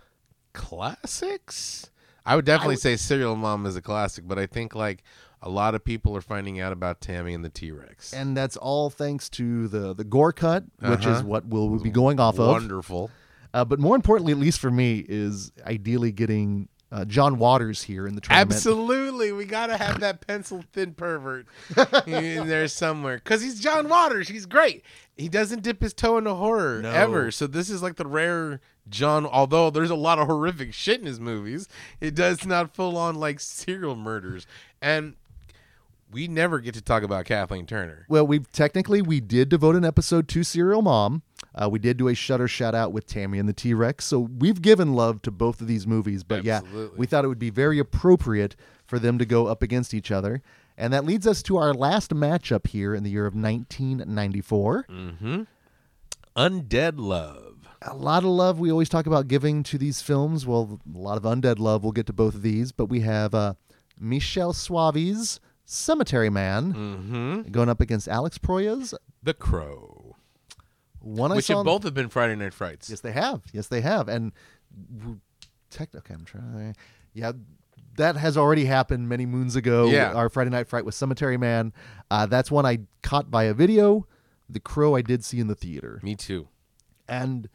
Speaker 3: classics. I would definitely say Serial Mom is a classic, but I think like a lot of people are finding out about Tammy and the T Rex.
Speaker 2: And that's all thanks to the the gore cut, which is what we'll, we'll be going off of.
Speaker 3: Wonderful.
Speaker 2: Uh, but more importantly, at least for me, is ideally getting uh, John Waters here in the tournament.
Speaker 3: Absolutely, we gotta have that pencil thin pervert in there somewhere because he's John Waters. He's great. He doesn't dip his toe into horror ever. So this is like the rare John. Although there's a lot of horrific shit in his movies, it does not full on like serial murders. And we never get to talk about Kathleen Turner.
Speaker 2: Well, we technically we did devote an episode to Serial Mom. Uh, we did do a Shutter shout out with Tammy and the T Rex. So we've given love to both of these movies. But yeah,
Speaker 3: Absolutely.
Speaker 2: we thought it would be very appropriate for them to go up against each other. And that leads us to our last matchup here in the year of 1994.
Speaker 3: Undead Love.
Speaker 2: a lot of love we always talk about giving to these films. Well, a lot of undead love. We'll get to both of these, but we have uh, Michel Suave's Cemetery Man
Speaker 3: Mm-hmm.
Speaker 2: going up against Alex Proya's
Speaker 3: The Crow.
Speaker 2: One
Speaker 3: Which
Speaker 2: I saw.
Speaker 3: have both have been Friday Night Frights.
Speaker 2: yes, they have. Yes, they have. And w- tech. Okay, I'm trying. Yeah, that has already happened many moons ago.
Speaker 3: Yeah.
Speaker 2: our Friday Night Fright with Cemetery Man. Uh, that's one I caught via video. The Crow I did see in the theater.
Speaker 3: Me too.
Speaker 2: and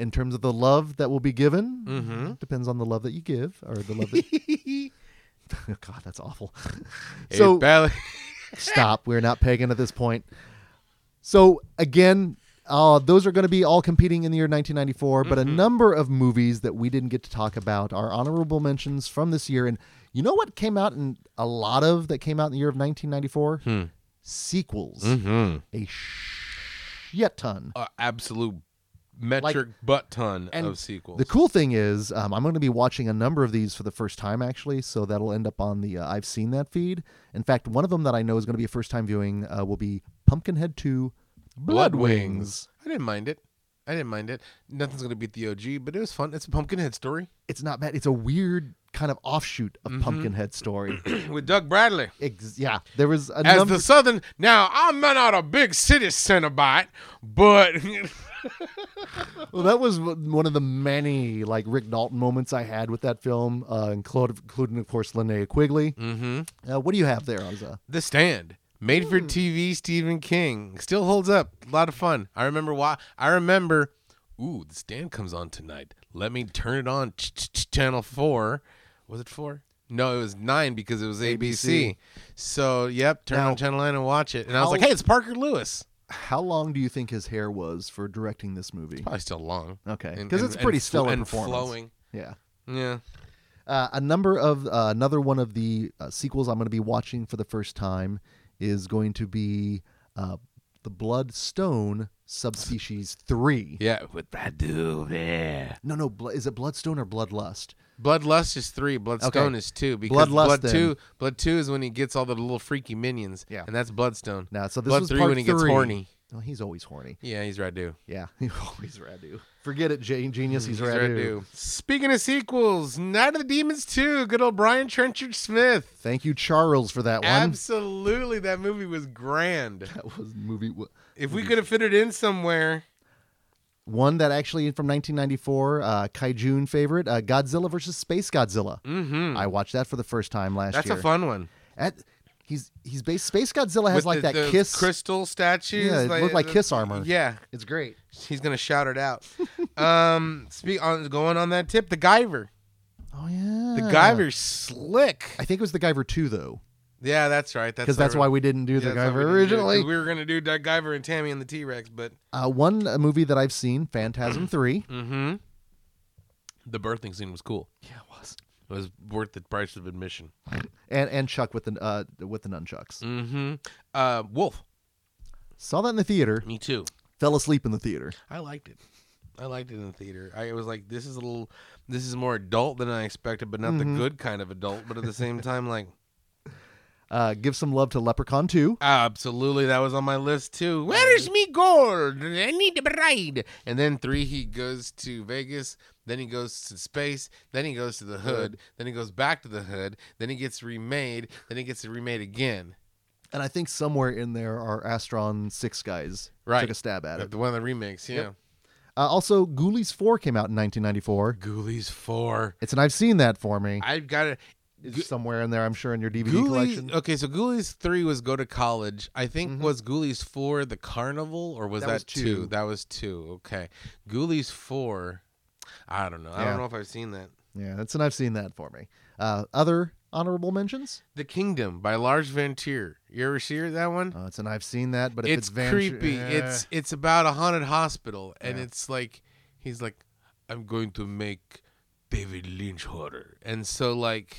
Speaker 2: in terms of the love that will be given depends on the love that you give or the love that oh, god that's awful so
Speaker 3: It barely-
Speaker 2: stop we're not pagan at this point so again uh, those are going to be all competing in the year 1994 but a number of movies that we didn't get to talk about are honorable mentions from this year and you know what came out in a lot of that came out in the year of 1994 sequels.
Speaker 3: Mm-hmm.
Speaker 2: A shit ton.
Speaker 3: Uh, absolute metric butt ton
Speaker 2: and
Speaker 3: of sequels.
Speaker 2: The cool thing is, um, I'm going to be watching a number of these for the first time, actually. So that'll end up on the uh, I've seen that feed. In fact, one of them that I know is going to be a first time viewing uh, will be Pumpkinhead 2 Blood, Wings.
Speaker 3: I didn't mind it. I didn't mind it. Nothing's gonna beat the OG, but it was fun. It's a Pumpkinhead story
Speaker 2: It's not bad. It's a weird kind of offshoot
Speaker 3: Mm-hmm.
Speaker 2: of Pumpkinhead story.
Speaker 3: with Doug Bradley
Speaker 2: Ex- yeah, there was a
Speaker 3: as
Speaker 2: number.
Speaker 3: the Southern. Now I'm not a big city Cenobite, but
Speaker 2: Well, that was w- one of the many like Rick Dalton moments I had with that film, uh, including, including of course Linnea Quigley.
Speaker 3: mm-hmm.
Speaker 2: Uh, what do you have there, Oza?
Speaker 3: The Stand, made
Speaker 2: Hmm.
Speaker 3: for TV, Stephen King still holds up. A lot of fun. I remember why. I remember. Ooh, The Stand comes on tonight. Let me turn it on. ch- ch- ch- Channel four. Was it four? No, it was nine because it was ABC. So yep, turn
Speaker 2: Now-
Speaker 3: on channel nine and watch it. And I was
Speaker 2: How-
Speaker 3: like, hey, it's Parker Lewis.
Speaker 2: How long do you think his hair was for directing this movie?
Speaker 3: Probably still long.
Speaker 2: Okay,
Speaker 3: And-
Speaker 2: because
Speaker 3: and-
Speaker 2: it's a pretty
Speaker 3: and fl-
Speaker 2: stellar
Speaker 3: and
Speaker 2: performance.
Speaker 3: flowing.
Speaker 2: Yeah.
Speaker 3: Yeah.
Speaker 2: Uh, a number of uh, another one of the uh, sequels I'm going to be watching for the first time is going to be uh, the Blood Stone subspecies three.
Speaker 3: Yeah. What I do there.
Speaker 2: No, no, bl- is it Bloodstone or Bloodlust?
Speaker 3: Bloodlust is three. Bloodstone
Speaker 2: Okay.
Speaker 3: is two. Because
Speaker 2: Bloodlust,
Speaker 3: Blood
Speaker 2: then.
Speaker 3: two. Blood two is when he gets all the little freaky minions.
Speaker 2: Yeah.
Speaker 3: And that's Bloodstone.
Speaker 2: Now, so this
Speaker 3: Blood
Speaker 2: was
Speaker 3: three
Speaker 2: part
Speaker 3: when he gets
Speaker 2: three.
Speaker 3: horny.
Speaker 2: Oh, he's always horny.
Speaker 3: Yeah, he's Radu.
Speaker 2: Yeah, he's always Radu. Forget it, Jane
Speaker 3: Mm,
Speaker 2: Genius. He's, Radu.
Speaker 3: Speaking of sequels, Night of the Demons two. Good old Brian Trenchard Smith.
Speaker 2: Thank you, Charles, for that one.
Speaker 3: Absolutely, that movie was grand.
Speaker 2: that was movie w-
Speaker 3: If we could have fit it in somewhere,
Speaker 2: one that actually from 1994, uh, Kaijun favorite, uh, Godzilla versus Space Godzilla.
Speaker 3: mm-hmm.
Speaker 2: I watched that for the first time last
Speaker 3: that's
Speaker 2: year.
Speaker 3: a fun one.
Speaker 2: At- he's he's based Space Godzilla has
Speaker 3: With
Speaker 2: like
Speaker 3: the-
Speaker 2: that
Speaker 3: the
Speaker 2: kiss.
Speaker 3: crystal statues.
Speaker 2: Yeah, it looked like kiss armor.
Speaker 3: Yeah,
Speaker 2: It's great.
Speaker 3: he's gonna shout it out. um, speak on going on that tip. The Guyver,
Speaker 2: Oh yeah,
Speaker 3: the Guyver's slick.
Speaker 2: I think it was the Guyver two though,
Speaker 3: Yeah, that's right. That's
Speaker 2: because that's
Speaker 3: our-
Speaker 2: why we didn't do
Speaker 3: yeah,
Speaker 2: the
Speaker 3: that's why we
Speaker 2: Guyver
Speaker 3: didn't do it, 'cause
Speaker 2: originally.
Speaker 3: We were gonna do Doug Guyver and Tammy and the T Rex, but
Speaker 2: Uh, one uh, movie that I've seen, Phantasm three.
Speaker 3: mm-hmm. the birthing scene was cool.
Speaker 2: Yeah, it was.
Speaker 3: It was worth the price of admission.
Speaker 2: And and Chuck with the uh, with the nunchucks.
Speaker 3: Mm-hmm. Uh, Wolf,
Speaker 2: Saw that in the theater.
Speaker 3: me too.
Speaker 2: Fell asleep in the theater.
Speaker 3: I liked it. I liked it in the theater. I was like, this is a little, this is more adult than I expected, but not
Speaker 2: Mhm.
Speaker 3: the good kind of adult. But at the same time, like,
Speaker 2: Uh, give some love to Leprechaun 2.
Speaker 3: absolutely, that was on my list too. Where is me gold? I need a bride. And then three, he goes to Vegas. Then he goes to space. Then he goes to the hood. Then he goes back to the hood. Then he gets remade. Then he gets remade again.
Speaker 2: And I think somewhere in there are Astron 6 guys.
Speaker 3: Right.
Speaker 2: Took a stab at it.
Speaker 3: The one of the remakes, yeah.
Speaker 2: Uh, also, Ghoulies 4 came out in 1994.
Speaker 3: Ghoulies four.
Speaker 2: It's an I've seen that for me.
Speaker 3: I've got it.
Speaker 2: It's
Speaker 3: Gh-
Speaker 2: somewhere in there, I'm sure, in your DVD collection.
Speaker 3: Ghoulies, okay, so Ghoulies three was go to college. I think
Speaker 2: Mhm.
Speaker 3: was Ghoulies four the carnival or was Mm-hmm. that,
Speaker 2: That was
Speaker 3: two?
Speaker 2: two.
Speaker 3: That was two. Okay, Ghoulies four. I don't know. I
Speaker 2: Yeah.
Speaker 3: don't know if I've seen that.
Speaker 2: Yeah, it's an I've seen that for me. Uh, other honorable mentions?
Speaker 3: The Kingdom by Lars Van Tier. You ever see that one?
Speaker 2: Uh, it's an I've seen that, but if it's,
Speaker 3: it's
Speaker 2: Van
Speaker 3: creepy.
Speaker 2: Eh.
Speaker 3: It's it's about a haunted hospital, and
Speaker 2: Yeah.
Speaker 3: it's like he's like, I'm going to make David Lynch horror, and so like.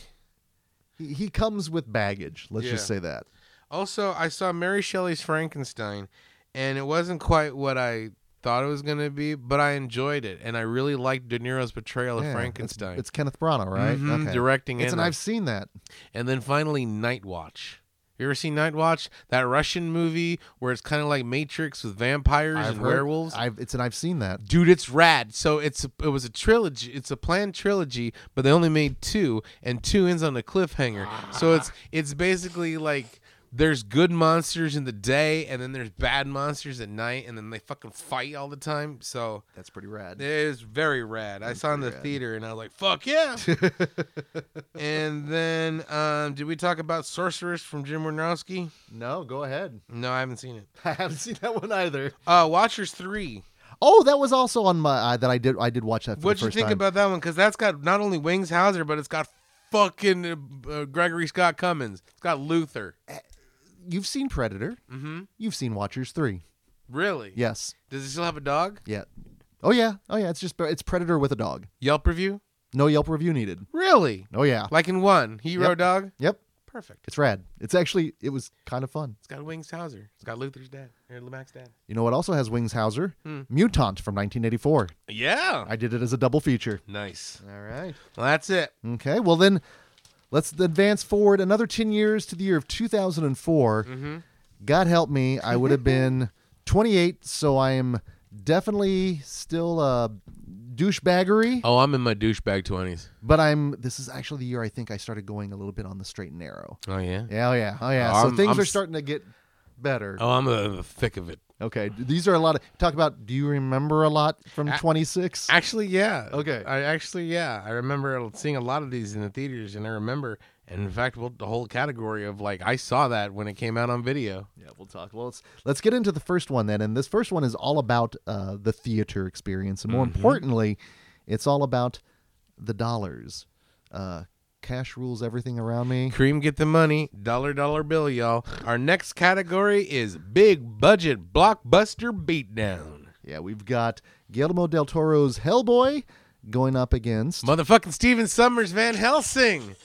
Speaker 2: He, he comes with baggage. Let's just
Speaker 3: Yeah.
Speaker 2: say that.
Speaker 3: Also, I saw Mary Shelley's Frankenstein, and it wasn't quite what I thought it was going to be, but I enjoyed it, and I really liked De Niro's portrayal
Speaker 2: Yeah,
Speaker 3: of
Speaker 2: it's-
Speaker 3: Frankenstein.
Speaker 2: It's, Kenneth Branagh, right?
Speaker 3: Mhm,
Speaker 2: Okay.
Speaker 3: directing
Speaker 2: It's an
Speaker 3: and
Speaker 2: I've seen that.
Speaker 3: and then finally Night Watch. You ever seen Night Watch? That Russian movie where it's kind of like Matrix with vampires
Speaker 2: I've
Speaker 3: and
Speaker 2: heard-
Speaker 3: werewolves.
Speaker 2: I've, it's an I've seen that.
Speaker 3: Dude, it's rad. So it's it was a trilogy. It's a planned trilogy, but they only made two, and two ends on a cliffhanger. So it's it's basically like there's good monsters in the day, and then there's bad monsters at night, and then they fucking fight all the time. So
Speaker 2: That's pretty rad.
Speaker 3: it is very rad. I saw it in the
Speaker 2: pretty rad.
Speaker 3: theater, and I was like, "Fuck yeah!" and then um, did we talk about Sorceress from Jim Wynorowski?
Speaker 2: No, go ahead.
Speaker 3: No, I haven't seen it.
Speaker 2: I haven't seen that one either.
Speaker 3: Uh, Watchers three.
Speaker 2: Oh, that was also on my uh, that I did I did watch that for
Speaker 3: What'd
Speaker 2: the
Speaker 3: you
Speaker 2: first
Speaker 3: think
Speaker 2: time.
Speaker 3: about that one? Because that's got not only Wings Hauser, but it's got fucking uh, uh, Gregory Scott Cummins. It's got Luther.
Speaker 2: You've seen Predator.
Speaker 3: Mm-hmm.
Speaker 2: You've seen Watchers 3.
Speaker 3: Really?
Speaker 2: Yes.
Speaker 3: Does it still have a dog?
Speaker 2: Yeah. Oh yeah. Oh yeah, it's just it's Predator with a dog.
Speaker 3: Yelp review?
Speaker 2: No Yelp review needed.
Speaker 3: Really?
Speaker 2: Oh yeah.
Speaker 3: Like in one, hero
Speaker 2: Yep.
Speaker 3: dog?
Speaker 2: Yep.
Speaker 3: Perfect.
Speaker 2: It's rad. It's actually it was kind of fun.
Speaker 3: It's got Wings Hauser. It's got Luther's dad. Or Lamac's dad.
Speaker 2: You know what also has Wings Hauser? Mutant from 1984.
Speaker 3: Yeah.
Speaker 2: I did it as a double feature.
Speaker 3: Nice.
Speaker 2: All right.
Speaker 3: Well, that's it.
Speaker 2: Okay. Well then, let's advance forward another 10 years to the year of 2004. God help me, I would have been 28, so I am definitely still a douchebaggery.
Speaker 3: Oh, I'm in my douchebag 20s.
Speaker 2: But I'm. This is actually the year I think I started going a little bit on the straight and narrow.
Speaker 3: Oh, yeah?
Speaker 2: Yeah, oh yeah, oh yeah.
Speaker 3: Oh,
Speaker 2: so
Speaker 3: I'm-
Speaker 2: things
Speaker 3: I'm
Speaker 2: are
Speaker 3: s-
Speaker 2: starting to get better.
Speaker 3: Oh, I'm uh, the thick of it.
Speaker 2: Okay, these are a lot of talk about. Do you remember a lot from
Speaker 3: A-
Speaker 2: 26?
Speaker 3: Actually, yeah.
Speaker 2: Okay.
Speaker 3: I actually, yeah. I remember seeing a lot of these in the theaters, and I remember, and in fact, well, the whole category of like, I saw that when it came out on video.
Speaker 2: Yeah, we'll talk. Well, let's let's get into the first one then, and this first one is all about uh, the theater experience, and more
Speaker 3: Mm-hmm.
Speaker 2: importantly, it's all about the dollars. Uh, cash rules everything around me.
Speaker 3: Cream, get the money. Dollar, dollar bill, y'all. Our next category is big budget blockbuster beatdown.
Speaker 2: Yeah, we've got Guillermo del Toro's Hellboy going up against.
Speaker 3: Motherfucking Steven Summers Van Helsing.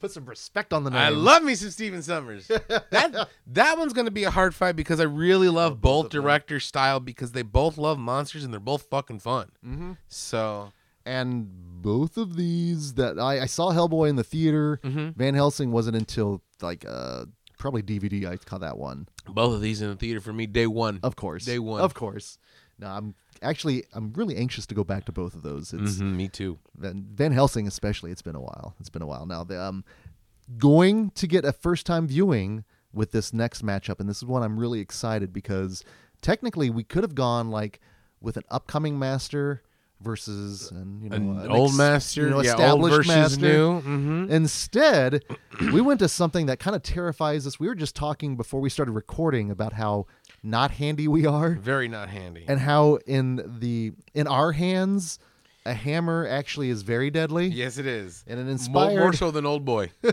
Speaker 2: Put some respect on the name.
Speaker 3: I love me some Steven Summers. that that one's gonna be a hard fight because I really love both director style because they both love monsters and they're both fucking fun. Mm-hmm. So
Speaker 2: and both of these that I, I saw Hellboy in the theater. Van Helsing wasn't until like uh probably DVD. I caught that one,
Speaker 3: both of these in the theater for me day one.
Speaker 2: of course.
Speaker 3: Day one.
Speaker 2: of course. No, I'm actually I'm really anxious to go back to both of those. It's
Speaker 3: Mhm, me too.
Speaker 2: Van, Van Helsing especially. It's been a while. It's been a while now. The, um, going to get a first time viewing with this next matchup, and this is one I'm really excited because technically we could have gone like with an upcoming master versus and you know
Speaker 3: Uh, An
Speaker 2: an
Speaker 3: old
Speaker 2: ex-
Speaker 3: master,
Speaker 2: you know,
Speaker 3: yeah, old
Speaker 2: established
Speaker 3: versus
Speaker 2: master.
Speaker 3: new. hmm
Speaker 2: Instead, we went to something that kind of terrifies us. We were just talking before we started recording about how not handy we are
Speaker 3: Very not handy.
Speaker 2: and how in the in our hands a hammer actually is very deadly.
Speaker 3: yes, it is.
Speaker 2: And it
Speaker 3: Mo-
Speaker 2: inspired
Speaker 3: More, so than Old Boy.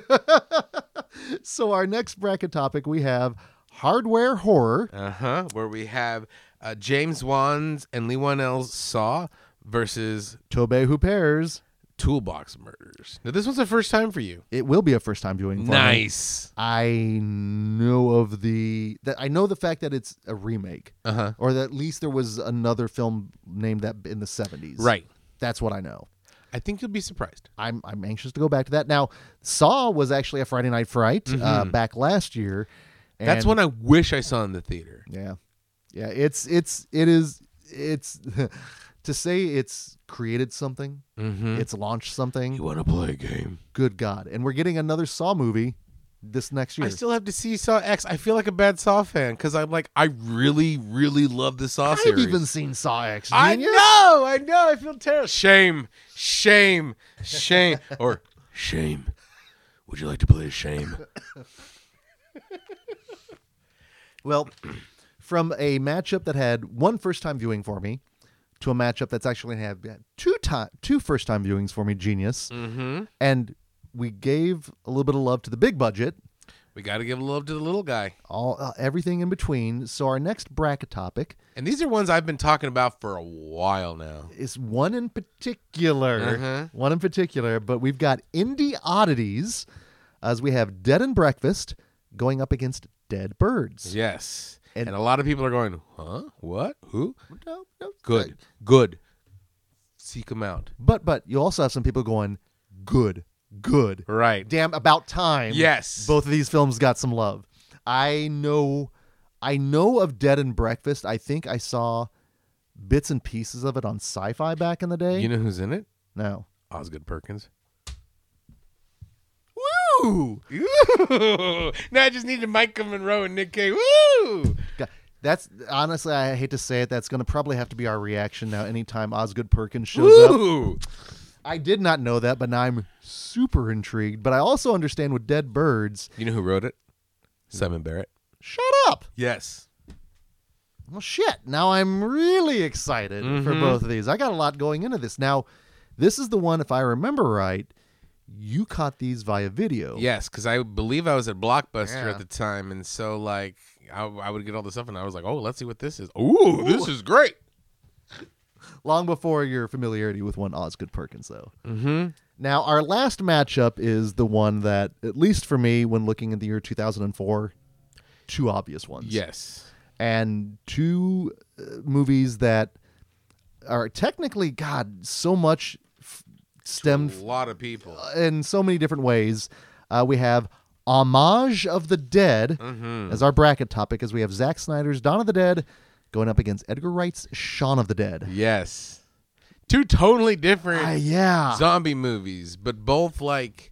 Speaker 2: So our next bracket topic we have hardware horror.
Speaker 3: uh huh. Where we have uh, James Wan's and Lee Wanell's Saw versus
Speaker 2: Tobey Hooper's.
Speaker 3: Toolbox Murders. Now this one's the first time for you.
Speaker 2: It will be a first time viewing. For Me.
Speaker 3: Nice.
Speaker 2: I know of the that I know the fact that it's a remake,
Speaker 3: Uh huh.
Speaker 2: or that at least there was another film named that in the seventies.
Speaker 3: Right.
Speaker 2: That's what I know.
Speaker 3: I think you'll be surprised.
Speaker 2: I'm I'm anxious to go back to that. Now, Saw was actually a Friday Night Fright uh, back last year. And
Speaker 3: Mm-hmm. That's one I wish I saw in the theater.
Speaker 2: Yeah, yeah. It's it's it is it's to say it's created something.
Speaker 3: Mm-hmm.
Speaker 2: It's launched something.
Speaker 3: want to play a game?
Speaker 2: Good God! And we're getting another Saw movie this next year.
Speaker 3: I still have to see Saw X. I feel like a bad Saw fan because I'm like, I really, really love the Saw
Speaker 2: I've
Speaker 3: series.
Speaker 2: even seen Saw X.
Speaker 3: I
Speaker 2: genius.
Speaker 3: know, I know. I feel terrible. Shame, shame, shame, or shame. Would you like to play shame?
Speaker 2: Well, from a matchup that had one first time viewing for me to a matchup that's actually had two time two first time viewings for me, genius. Mm-hmm. And we gave a little bit of love to the big budget,
Speaker 3: We got to give love to the little guy.
Speaker 2: all uh, everything in between. So our next bracket topic
Speaker 3: And these are ones I've been talking about for a while now.
Speaker 2: is one in particular,
Speaker 3: Uh-huh.
Speaker 2: one in particular. But we've got indie oddities, as we have Dead and Breakfast going up against Dead Birds.
Speaker 3: Yes.
Speaker 2: And-
Speaker 3: And, a lot of people are going, huh? What? Who?
Speaker 2: No, no,
Speaker 3: Good. Good. Seek them out.
Speaker 2: But but you also have some people going, good, good,
Speaker 3: Right.
Speaker 2: damn about time.
Speaker 3: Yes.
Speaker 2: both of these films got some love. I know, I know of Dead and Breakfast. I think I saw bits and pieces of it on Sci-Fi back in the day.
Speaker 3: You know who's in it?
Speaker 2: no,
Speaker 3: Osgood Perkins. Woo! now I just needed Micah Monroe and Nick Cave. Woo!
Speaker 2: God, that's honestly, I hate to say it. That's going to probably have to be our reaction now. Anytime Osgood Perkins shows up,
Speaker 3: Woo!
Speaker 2: I did not know that, but now I'm super intrigued. But I also understand with Dead Birds.
Speaker 3: You know who wrote it? Simon Barrett.
Speaker 2: Shut up.
Speaker 3: Yes.
Speaker 2: Well, shit. Now I'm really excited for both of these. I got a lot going into this. Now, this is the one, if I remember right, you caught these via video.
Speaker 3: Yes, because I believe I was at Blockbuster
Speaker 2: Yeah.
Speaker 3: at the time, and so like I, I would get all the stuff, and I was like, "Oh, let's see what this is. Ooh, this is great."
Speaker 2: Long before your familiarity with one Osgood Perkins, though. Mm-hmm. Now, our last matchup is the one that, at least for me, when looking at the year 2004, two obvious ones.
Speaker 3: Yes.
Speaker 2: And two uh, movies that are technically, God, so much f- stemmed
Speaker 3: A lot of people.
Speaker 2: in so many different ways. Uh, we have Homage of the Dead as our bracket topic, as we have Zack Snyder's Dawn of the Dead going up against Edgar Wright's Shaun of the Dead.
Speaker 3: Yes. Two totally different
Speaker 2: Ah, yeah.
Speaker 3: zombie movies, but both like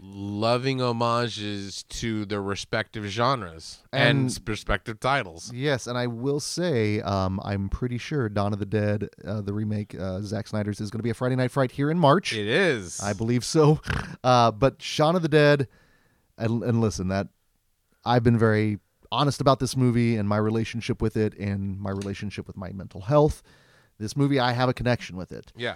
Speaker 3: loving homages to their respective genres and,
Speaker 2: And-
Speaker 3: respective titles.
Speaker 2: Yes, and I will say, um, I'm pretty sure Dawn of the Dead, uh, the remake, uh, Zack Snyder's, is going to be a Friday Night Fright here in March.
Speaker 3: It is.
Speaker 2: I believe so. Uh, but Shaun of the Dead, and, and listen, that I've been very honest about this movie and my relationship with it and my relationship with my mental health. This movie, I have a connection with it.
Speaker 3: yeah.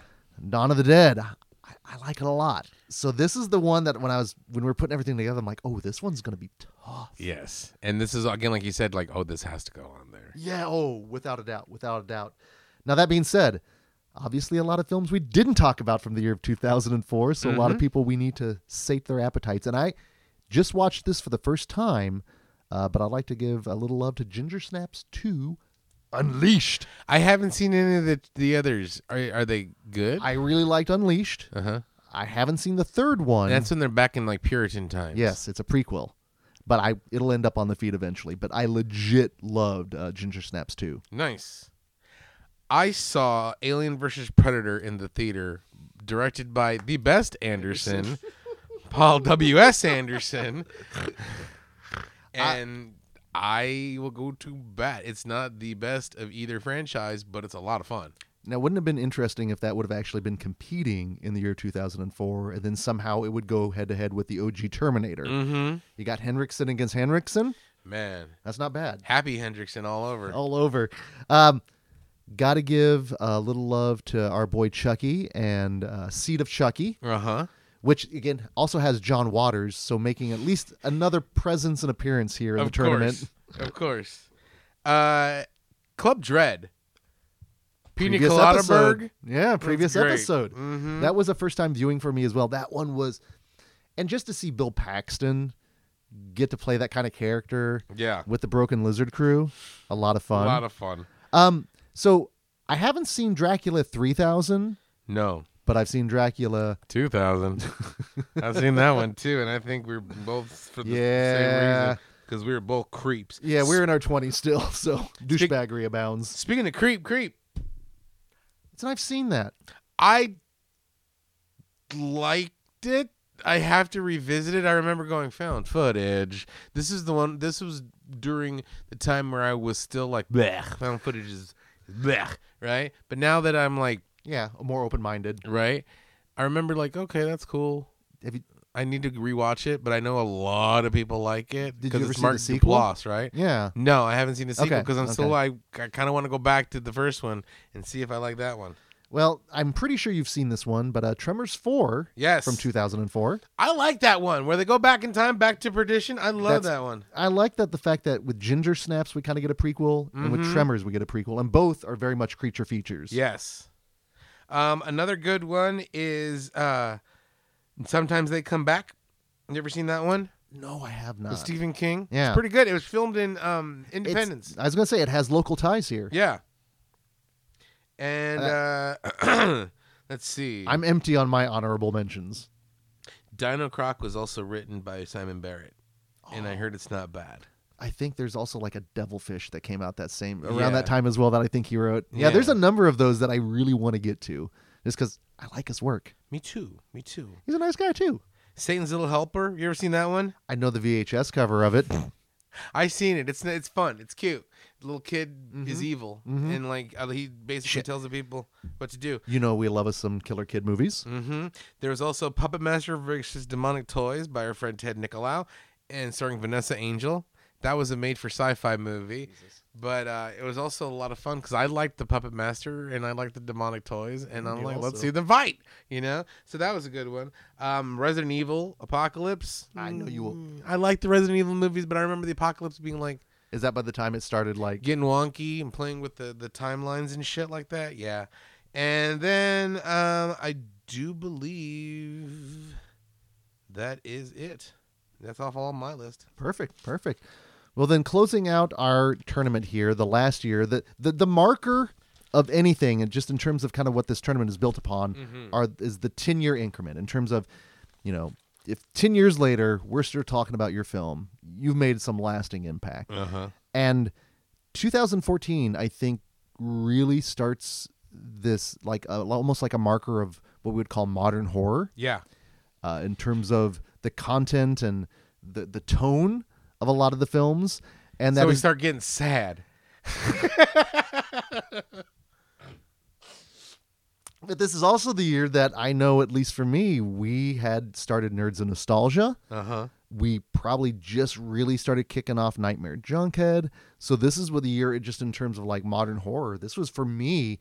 Speaker 2: Dawn of the Dead, I, I like it a lot. So this is the one that when I was when we were putting everything together, I'm like, oh, this one's going to be tough.
Speaker 3: Yes. And this is again like you said like oh this has to go on there.
Speaker 2: Yeah, oh, without a doubt, without a doubt. Now that being said, obviously a lot of films we didn't talk about from the year of 2004, so a lot
Speaker 3: Mm-hmm.
Speaker 2: of people we need to sate their appetites. And I just watched this for the first time, uh, but I'd like to give a little love to Ginger Snaps 2 Unleashed.
Speaker 3: I haven't seen any of the the others. Are are they good?
Speaker 2: I really liked Unleashed.
Speaker 3: uh-huh.
Speaker 2: I haven't seen the third one.
Speaker 3: That's when they're back in like Puritan times.
Speaker 2: Yes, it's a prequel, but I it'll end up on the feed eventually. But I legit loved uh, Ginger Snaps 2.
Speaker 3: Nice. I saw Alien versus Predator in the theater, directed by the best Anderson, Paul W. S. Anderson, and I, will go to bat. It's not the best of either franchise, but it's a lot of fun.
Speaker 2: Now, wouldn't it have been interesting if that would have actually been competing in the year 2004, and then somehow it would go head to head with the OG Terminator?
Speaker 3: Mm-hmm.
Speaker 2: You got Henriksen against Henriksen.
Speaker 3: Man,
Speaker 2: That's not bad.
Speaker 3: Happy Hendrickson all over.
Speaker 2: All over. Um, got to give a little love to our boy Chucky and uh, Seed of Chucky,
Speaker 3: Uh huh.
Speaker 2: which again also has John Waters, so making at least another presence and appearance here in
Speaker 3: Of
Speaker 2: the tournament.
Speaker 3: course, of course. Uh, Club Dread. Pina
Speaker 2: Previous
Speaker 3: Colada
Speaker 2: episode.
Speaker 3: Berg.
Speaker 2: Yeah, previous
Speaker 3: great.
Speaker 2: episode.
Speaker 3: Mhm.
Speaker 2: That was a first time viewing for me as well. That one was, and just to see Bill Paxton get to play that kind of character
Speaker 3: Yeah,
Speaker 2: with the Broken Lizard crew, a lot of
Speaker 3: a
Speaker 2: fun.
Speaker 3: lot of fun.
Speaker 2: um, so I haven't seen Dracula three thousand,
Speaker 3: No.
Speaker 2: but I've seen Dracula.
Speaker 3: 2000. I've seen that one too, and I think we are both for the same
Speaker 2: Yeah.
Speaker 3: reason because we were both creeps.
Speaker 2: Yeah, we're in our twenties still, so douchebaggery abounds.
Speaker 3: Speaking of creep, creep,
Speaker 2: And I've seen that.
Speaker 3: I liked it. I have to revisit it. I remember going found footage. This is the one. This was during the time where I was still like, blech, found footage is blech, right? But now that I'm like,
Speaker 2: Yeah, more open minded.
Speaker 3: right, I remember like, okay, that's cool.
Speaker 2: Have you?
Speaker 3: I need to rewatch it, but I know a lot of people like
Speaker 2: Did
Speaker 3: it because
Speaker 2: you ever
Speaker 3: it's
Speaker 2: see the
Speaker 3: Mark
Speaker 2: sequel?
Speaker 3: Duplass, right?
Speaker 2: Yeah.
Speaker 3: No, I haven't seen the sequel
Speaker 2: Okay,
Speaker 3: because I'm
Speaker 2: okay.
Speaker 3: still I, I kind of want to go back to the first one and see if I like that one.
Speaker 2: Well, I'm pretty sure you've seen this one, but uh, Tremors four.
Speaker 3: Yes.
Speaker 2: From 2004.
Speaker 3: I like that one where they go back in time, back to perdition. I love
Speaker 2: That's-
Speaker 3: that one.
Speaker 2: I like that the fact that with Ginger Snaps we kind of get a prequel, and
Speaker 3: Mm-hmm.
Speaker 2: with Tremors we get a prequel, and both are very much creature features.
Speaker 3: Yes. Um, another good one is uh, sometimes they come back. You ever seen that one?
Speaker 2: No, I have not.
Speaker 3: With Stephen King.
Speaker 2: Uh, yeah.
Speaker 3: It's pretty good. It was filmed in um,
Speaker 2: It's-
Speaker 3: Independence.
Speaker 2: I was gonna say it has local ties here.
Speaker 3: yeah. And uh, let's see.
Speaker 2: I'm empty on my honorable mentions.
Speaker 3: Dino Croc was also written by Simon Barrett, and I heard it's not bad.
Speaker 2: I think there's also like a devilfish that came out that same around
Speaker 3: Yeah.
Speaker 2: that time as well that I think he wrote. Yeah,
Speaker 3: Yeah.
Speaker 2: there's a number of those that I really want to get to, just because I like his work.
Speaker 3: Me too. Me too.
Speaker 2: He's a nice guy too.
Speaker 3: Satan's Little Helper. You ever seen that one?
Speaker 2: I know the VHS cover of it.
Speaker 3: I seen it. It's it's fun. It's cute. The little kid is evil, and like uh, he basically tells the people what to do.
Speaker 2: you know we love us some Killer Kid movies.
Speaker 3: Mm-hmm. There was also Puppet Master versus Demonic Toys by our friend Ted Nicolau, and starring Vanessa Angel. That was a made for sci fi movie, but uh, it was also a lot of fun because I liked the Puppet Master and I liked the Demonic Toys, and I'm
Speaker 2: You
Speaker 3: like, let's
Speaker 2: Mm, also.
Speaker 3: see them fight, you know? So that was a good one. Um, Resident Evil Apocalypse.
Speaker 2: I know you will-
Speaker 3: Mm, I like the Resident Evil movies, but I remember the Apocalypse being like,
Speaker 2: Is that by the time it started? Like,
Speaker 3: getting wonky and playing with the, the timelines and shit like that. Yeah. And then um, I do believe that is it. That's off all my list.
Speaker 2: Perfect, perfect. Well, then closing out our tournament here, the last year, the the, the marker of anything, and just in terms of kind of what this tournament is built upon, are is the ten year increment in terms of, you know, if ten years later we're still talking about your film, you've made some lasting impact.
Speaker 3: huh.
Speaker 2: And 2014, I think, really starts this like a, almost like a marker of what we would call modern horror
Speaker 3: Yeah.
Speaker 2: uh, in terms of the content and the the tone of a lot of the films, and that
Speaker 3: so we
Speaker 2: is-
Speaker 3: start getting sad.
Speaker 2: but this is also the year that I know, at least for me, we had started Nerds and Nostalgia.
Speaker 3: Uh huh.
Speaker 2: We probably just really started kicking off Nightmare Junkhead. So this is what the year, it just in terms of like modern horror, this was for me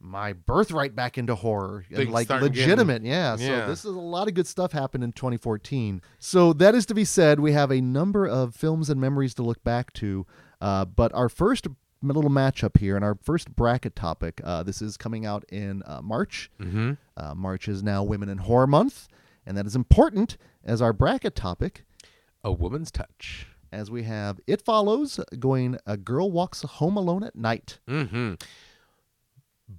Speaker 2: my birthright back into horror and
Speaker 3: Things
Speaker 2: like
Speaker 3: starting getting-
Speaker 2: legitimate. yeah.
Speaker 3: Yeah.
Speaker 2: So this is a lot of good stuff happened in 2014. So that is to be said, we have a number of films and memories to look back to. Uh, but our first m- little matchup here and our first bracket topic, uh, this is coming out in uh, March. Mm-hmm. Uh, March is now Women in Horror Month, and that is important as our bracket topic.
Speaker 3: A woman's touch.
Speaker 2: As we have It Follows going A Girl Walks Home Alone at Night.
Speaker 3: Mm-hmm.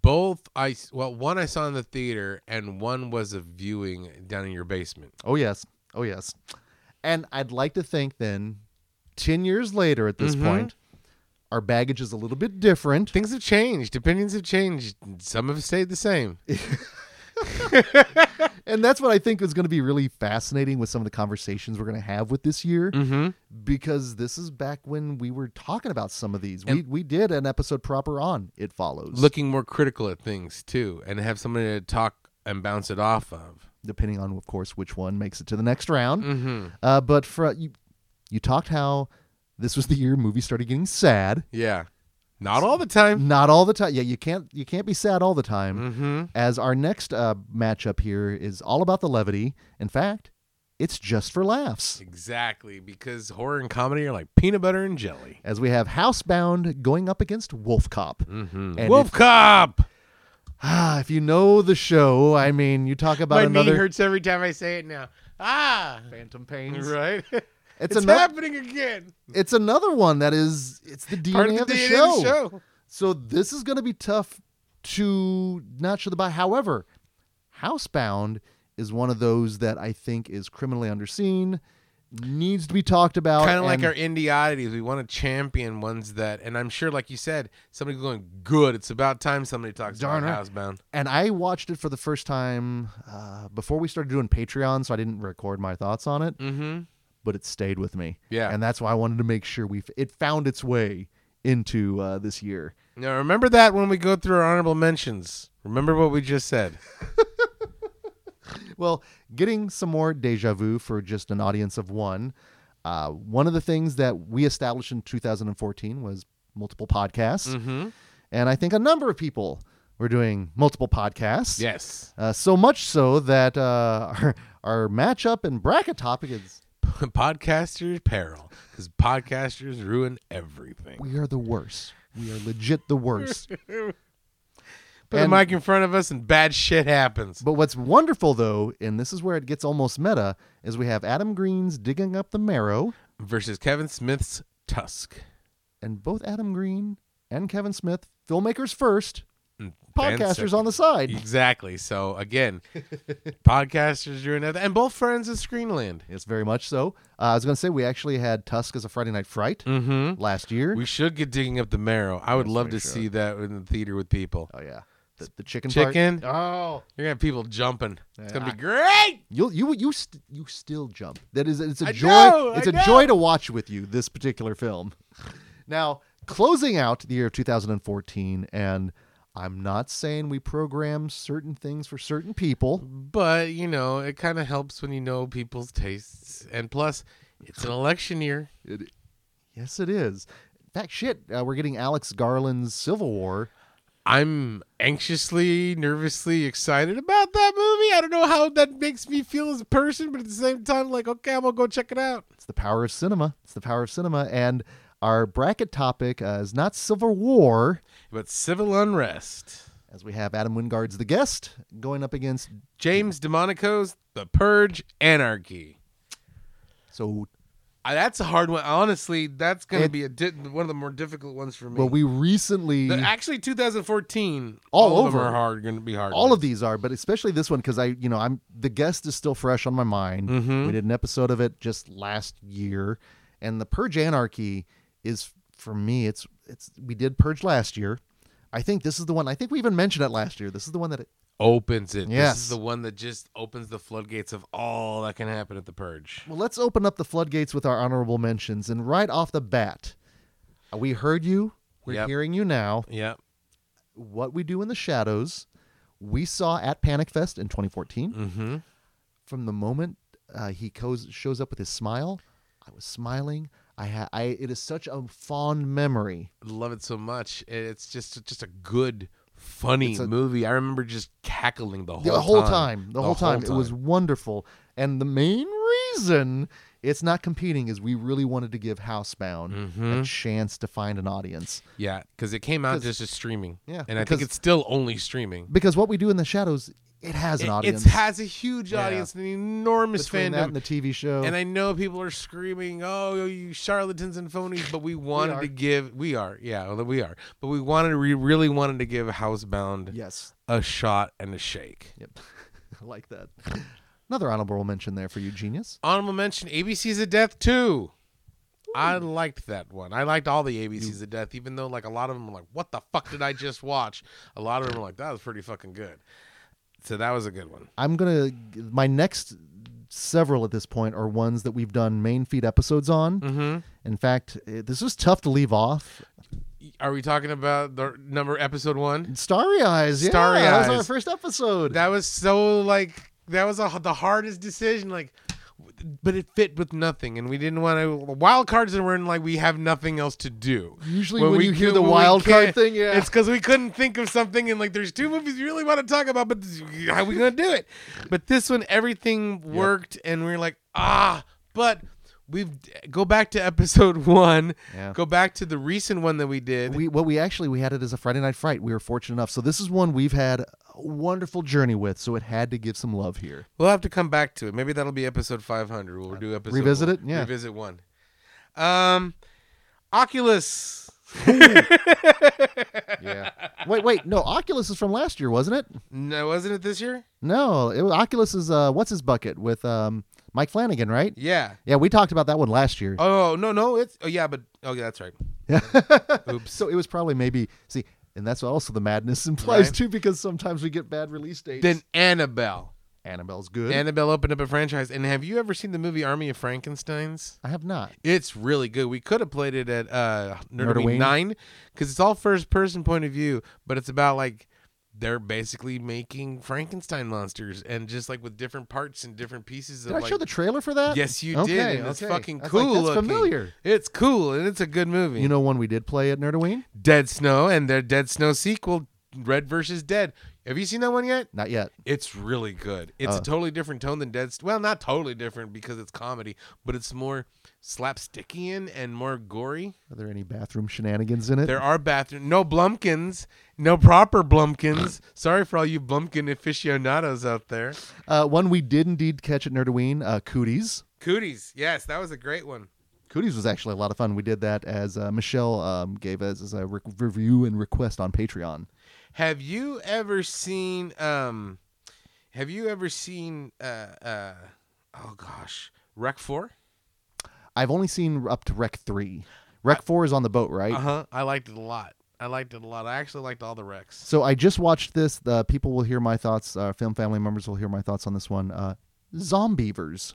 Speaker 3: Both I s- well, one I saw in the theater, and one was a viewing down in your basement.
Speaker 2: Oh, yes. Oh, yes. And I'd like to think then, 10 years later at this
Speaker 3: Mhm.
Speaker 2: point, our baggage is a little bit different.
Speaker 3: Things have changed. Opinions have changed. Some have stayed the same.
Speaker 2: And that's what I think is going to be really fascinating with some of the conversations we're going to have with this year,
Speaker 3: Mm-hmm.
Speaker 2: because this is back when we were talking about some of these. we
Speaker 3: And-
Speaker 2: we did an episode proper on It Follows,
Speaker 3: Looking more critical at things too, and have somebody to talk and bounce it off of.
Speaker 2: depending on, of course, which one makes it to the next round.
Speaker 3: Mm-hmm.
Speaker 2: Uh, but for, you, you talked how this was the year movies started getting sad.
Speaker 3: Yeah. Not all the time.
Speaker 2: Not all the time. Yeah, you can't you can't be sad all the time.
Speaker 3: Mm-hmm.
Speaker 2: As our next uh, matchup here is all about the levity. In fact, it's just for laughs.
Speaker 3: Exactly, because horror and comedy are like peanut butter and jelly.
Speaker 2: as we have Housebound going up against Wolf Cop.
Speaker 3: Mm-hmm.
Speaker 2: And
Speaker 3: Wolf
Speaker 2: if-
Speaker 3: Cop.
Speaker 2: Ah, if you know the show, I mean, you talk about
Speaker 3: My
Speaker 2: another
Speaker 3: knee hurts every time I say it now. Ah,
Speaker 2: Phantom Pains.
Speaker 3: right.
Speaker 2: It's,
Speaker 3: It's,
Speaker 2: another.
Speaker 3: happening again.
Speaker 2: It's another one that is. It's the DNA
Speaker 3: Part of the, DNA of the
Speaker 2: show.
Speaker 3: show.
Speaker 2: So this is going to be tough to not sure about. However, Housebound is one of those that I think is criminally underseen, needs to be talked about.
Speaker 3: Kind of like
Speaker 2: Oh, and-
Speaker 3: our indie oddities, we want to champion ones that, and I'm sure, like you said, somebody's going good. It's about time somebody talks
Speaker 2: Darn
Speaker 3: about
Speaker 2: right.
Speaker 3: Housebound.
Speaker 2: and I watched it for the first time uh, before we started doing Patreon, so I didn't record my thoughts on it.
Speaker 3: Mm-hmm.
Speaker 2: but it stayed with me.
Speaker 3: Yeah.
Speaker 2: and that's why I wanted to make sure we it found its way into uh, this year.
Speaker 3: Now remember that when we go through our honorable mentions. Remember what we just said.
Speaker 2: Well, getting some more deja vu for just an audience of one. Uh, one of the things that we established in 2014 was multiple podcasts,
Speaker 3: Mm-hmm.
Speaker 2: and I think a number of people were doing multiple podcasts.
Speaker 3: Yes.
Speaker 2: Uh, so much so that uh, our, our matchup and bracket topic is
Speaker 3: Podcasters peril, because podcasters ruin everything.
Speaker 2: we are the worst. We are legit the worst.
Speaker 3: Put
Speaker 2: And-
Speaker 3: a mic in front of us and bad shit happens.
Speaker 2: But what's wonderful though, and this is where it gets almost meta, is we have Adam Green's digging up the marrow,
Speaker 3: Versus Kevin Smith's Tusk.
Speaker 2: and both Adam Green and Kevin Smith, filmmakers first,
Speaker 3: And
Speaker 2: podcasters
Speaker 3: Van Mm, second.
Speaker 2: on the side.
Speaker 3: Exactly. So again, podcasters ruin everything. And both friends of Screenland.
Speaker 2: Yes, very much so. Uh, I was going to say we actually had Tusk as a Friday Night Fright
Speaker 3: Mm-hmm.
Speaker 2: last year.
Speaker 3: We should get digging up the marrow. I would love to see that in the theater with people.
Speaker 2: oh yeah, the, the chicken. part.
Speaker 3: Chicken.
Speaker 2: Oh,
Speaker 3: You're gonna have people jumping. It's gonna
Speaker 2: I-
Speaker 3: be great.
Speaker 2: you you you st- you still jump. That is it's a
Speaker 3: I
Speaker 2: joy.
Speaker 3: know,
Speaker 2: it's a
Speaker 3: I know.
Speaker 2: joy to watch with you this particular film. Now, closing out the year of 2014 and I'm not saying we program certain things for certain people.
Speaker 3: But you know, it kind of helps when you know people's tastes. And plus, it's an election year.
Speaker 2: Yes, it is. In fact, shit, uh, we're getting Alex Garland's Civil War.
Speaker 3: I'm anxiously, nervously excited about that movie. I don't know how that makes me feel as a person, but at the same time, like, okay, I'm gonna go check it out.
Speaker 2: It's the power of cinema. It's the power of cinema. And our bracket topic uh, is not Civil War,
Speaker 3: But civil unrest.
Speaker 2: As we have Adam Wingard's the guest going up against
Speaker 3: James DeMonico's The Purge Anarchy.
Speaker 2: so
Speaker 3: I, that's a hard one. Honestly, that's going to
Speaker 2: It-
Speaker 3: be a di- one of the more difficult ones for me.
Speaker 2: well we recently
Speaker 3: The- actually, 2014.
Speaker 2: All
Speaker 3: all of them
Speaker 2: over.
Speaker 3: are hard. Going to be hard.
Speaker 2: all of these are, but especially this one because I, you know, I'm the guest is still fresh on my mind.
Speaker 3: Mhm.
Speaker 2: We did an episode of it just last year, and the Purge Anarchy is for me. It's it's we did Purge last year. I think this is the one. I think we even mentioned it last year. This is the one that it,
Speaker 3: opens it. This
Speaker 2: Yes.
Speaker 3: is the one that just opens the floodgates of all that can happen at the purge.
Speaker 2: Well, let's open up the floodgates with our honorable mentions. And right off the bat, uh, we heard you. We're
Speaker 3: Yep.
Speaker 2: hearing you now.
Speaker 3: Yeah.
Speaker 2: What we do in the shadows, we saw at Panic Fest in 2014.
Speaker 3: Mm-hmm.
Speaker 2: From the moment uh, he goes, shows up with his smile, I was smiling. I, ha- I it is such a fond memory.
Speaker 3: Love it so much. It- It's just just a good, funny
Speaker 2: It's a-
Speaker 3: movie. I remember just cackling the whole
Speaker 2: The whole time, the, whole time, it was wonderful. And the main reason it's not competing is we really wanted to give Housebound a chance to find an audience.
Speaker 3: yeah, because it came out
Speaker 2: 'Cause-
Speaker 3: just as streaming.
Speaker 2: Yeah,
Speaker 3: and I think
Speaker 2: because-
Speaker 3: it's still only streaming.
Speaker 2: because what we do in the shadows it has an
Speaker 3: It-
Speaker 2: audience
Speaker 3: It has a huge
Speaker 2: Yeah.
Speaker 3: audience, an enormous
Speaker 2: between
Speaker 3: fandom.
Speaker 2: that and the tv show
Speaker 3: And I know people are screaming, "Oh, you charlatans and phonies!" But we wanted
Speaker 2: are.
Speaker 3: to give. We are, yeah, well, we are. But we wanted, we really wanted to give Housebound
Speaker 2: yes
Speaker 3: a shot and a shake.
Speaker 2: yep i like that another honorable mention there for you genius
Speaker 3: Honorable mention: ABC's of Death too. I liked that one. I liked all the ABCs of Death, even though like a lot of them were like, "What the fuck did I just watch?" A lot of them were like, "That was pretty fucking good." So that was a good one.
Speaker 2: i'm gonna my next several at this point are ones that we've done main feed episodes on
Speaker 3: Mm-hmm.
Speaker 2: in fact eh, this is tough to leave off
Speaker 3: Are we talking about the number episode one?
Speaker 2: starry eyes yeah,
Speaker 3: Starry
Speaker 2: that was our
Speaker 3: Eyes.
Speaker 2: first episode
Speaker 3: That was so like that was a, the hardest decision. Like, but it fit with nothing, and we didn't want to wild cards, and we're in like we have nothing else to do.
Speaker 2: usually
Speaker 3: When
Speaker 2: when,
Speaker 3: we
Speaker 2: you hear
Speaker 3: do-
Speaker 2: the
Speaker 3: when we
Speaker 2: wild card
Speaker 3: can't-
Speaker 2: thing yeah
Speaker 3: It's because we couldn't think of something, and like there's two movies we really want to talk about, but this, how we gonna do it? But this one, everything worked, and we are like, ah, but we've go back to episode one,
Speaker 2: Yeah.
Speaker 3: go back to the recent one that we did.
Speaker 2: we what we actually we had it as a Friday night fright. We were fortunate enough. So this is one we've had a wonderful journey with. So it had to give some love here.
Speaker 3: we'll have to come back to it. Maybe that'll be episode 500. We'll do episode
Speaker 2: revisit
Speaker 3: one.
Speaker 2: it? Yeah.
Speaker 3: revisit one. Um, Oculus.
Speaker 2: Yeah. wait, wait. No, Oculus is from last year, wasn't it?
Speaker 3: No, wasn't it this year?
Speaker 2: No, it, was- Oculus is uh, what's his bucket with um Mike Flanagan, right?
Speaker 3: Yeah.
Speaker 2: Yeah, we talked about that one last year.
Speaker 3: Oh no, no, it's oh yeah, but oh yeah, that's right. Oops.
Speaker 2: So it was probably maybe see, and that's also the madness implies
Speaker 3: Right.
Speaker 2: too, because sometimes we get bad release dates.
Speaker 3: Then Annabelle.
Speaker 2: Annabelle's good.
Speaker 3: Annabelle opened up a franchise. And have you ever seen the movie Army of Frankenstein's?
Speaker 2: I have not.
Speaker 3: It's really good. We could have played it at uh, Nerdwing
Speaker 2: Nerdwing?
Speaker 3: Nine because it's all first person point of view, but it's about like they're basically making Frankenstein monsters and just like with different parts and different pieces
Speaker 2: Did
Speaker 3: of
Speaker 2: I
Speaker 3: like.
Speaker 2: show the trailer for that?
Speaker 3: yes, you
Speaker 2: okay,
Speaker 3: did. And it's
Speaker 2: okay.
Speaker 3: fucking
Speaker 2: I was
Speaker 3: cool.
Speaker 2: Like, that's
Speaker 3: looking.
Speaker 2: familiar.
Speaker 3: It's cool and it's a good movie.
Speaker 2: You know, one we did play at Nerdoween?
Speaker 3: Dead Snow and their Dead Snow sequel, Red versus Dead. Have you seen that one yet?
Speaker 2: Not yet.
Speaker 3: It's really good. It's
Speaker 2: Uh.
Speaker 3: a totally different tone than Dead. St- well, not totally different because it's comedy, but it's more slapstickian and more gory.
Speaker 2: Are there any bathroom shenanigans in it?
Speaker 3: There are bathroom no Blumpkins, no proper Blumpkins. Sorry for all you Blumpkin aficionados out there.
Speaker 2: Uh, one we did indeed catch at Nerdoween, uh, Cooties.
Speaker 3: Cooties, yes, that was a great one.
Speaker 2: Cooties was actually a lot of fun. We did that as uh, Michelle um, gave us as a re- review and request on Patreon.
Speaker 3: Have you ever seen? um Have you ever seen? uh uh Oh gosh, Wreck Four.
Speaker 2: I've only seen up to Rec 3. Rec 4 is on the boat, right?
Speaker 3: Uh huh. I liked it a lot. I liked it a lot. I actually liked all the wrecks.
Speaker 2: So I just watched this. The people will hear my thoughts. Uh, film family members will hear my thoughts on this one. Uh, Zombievers.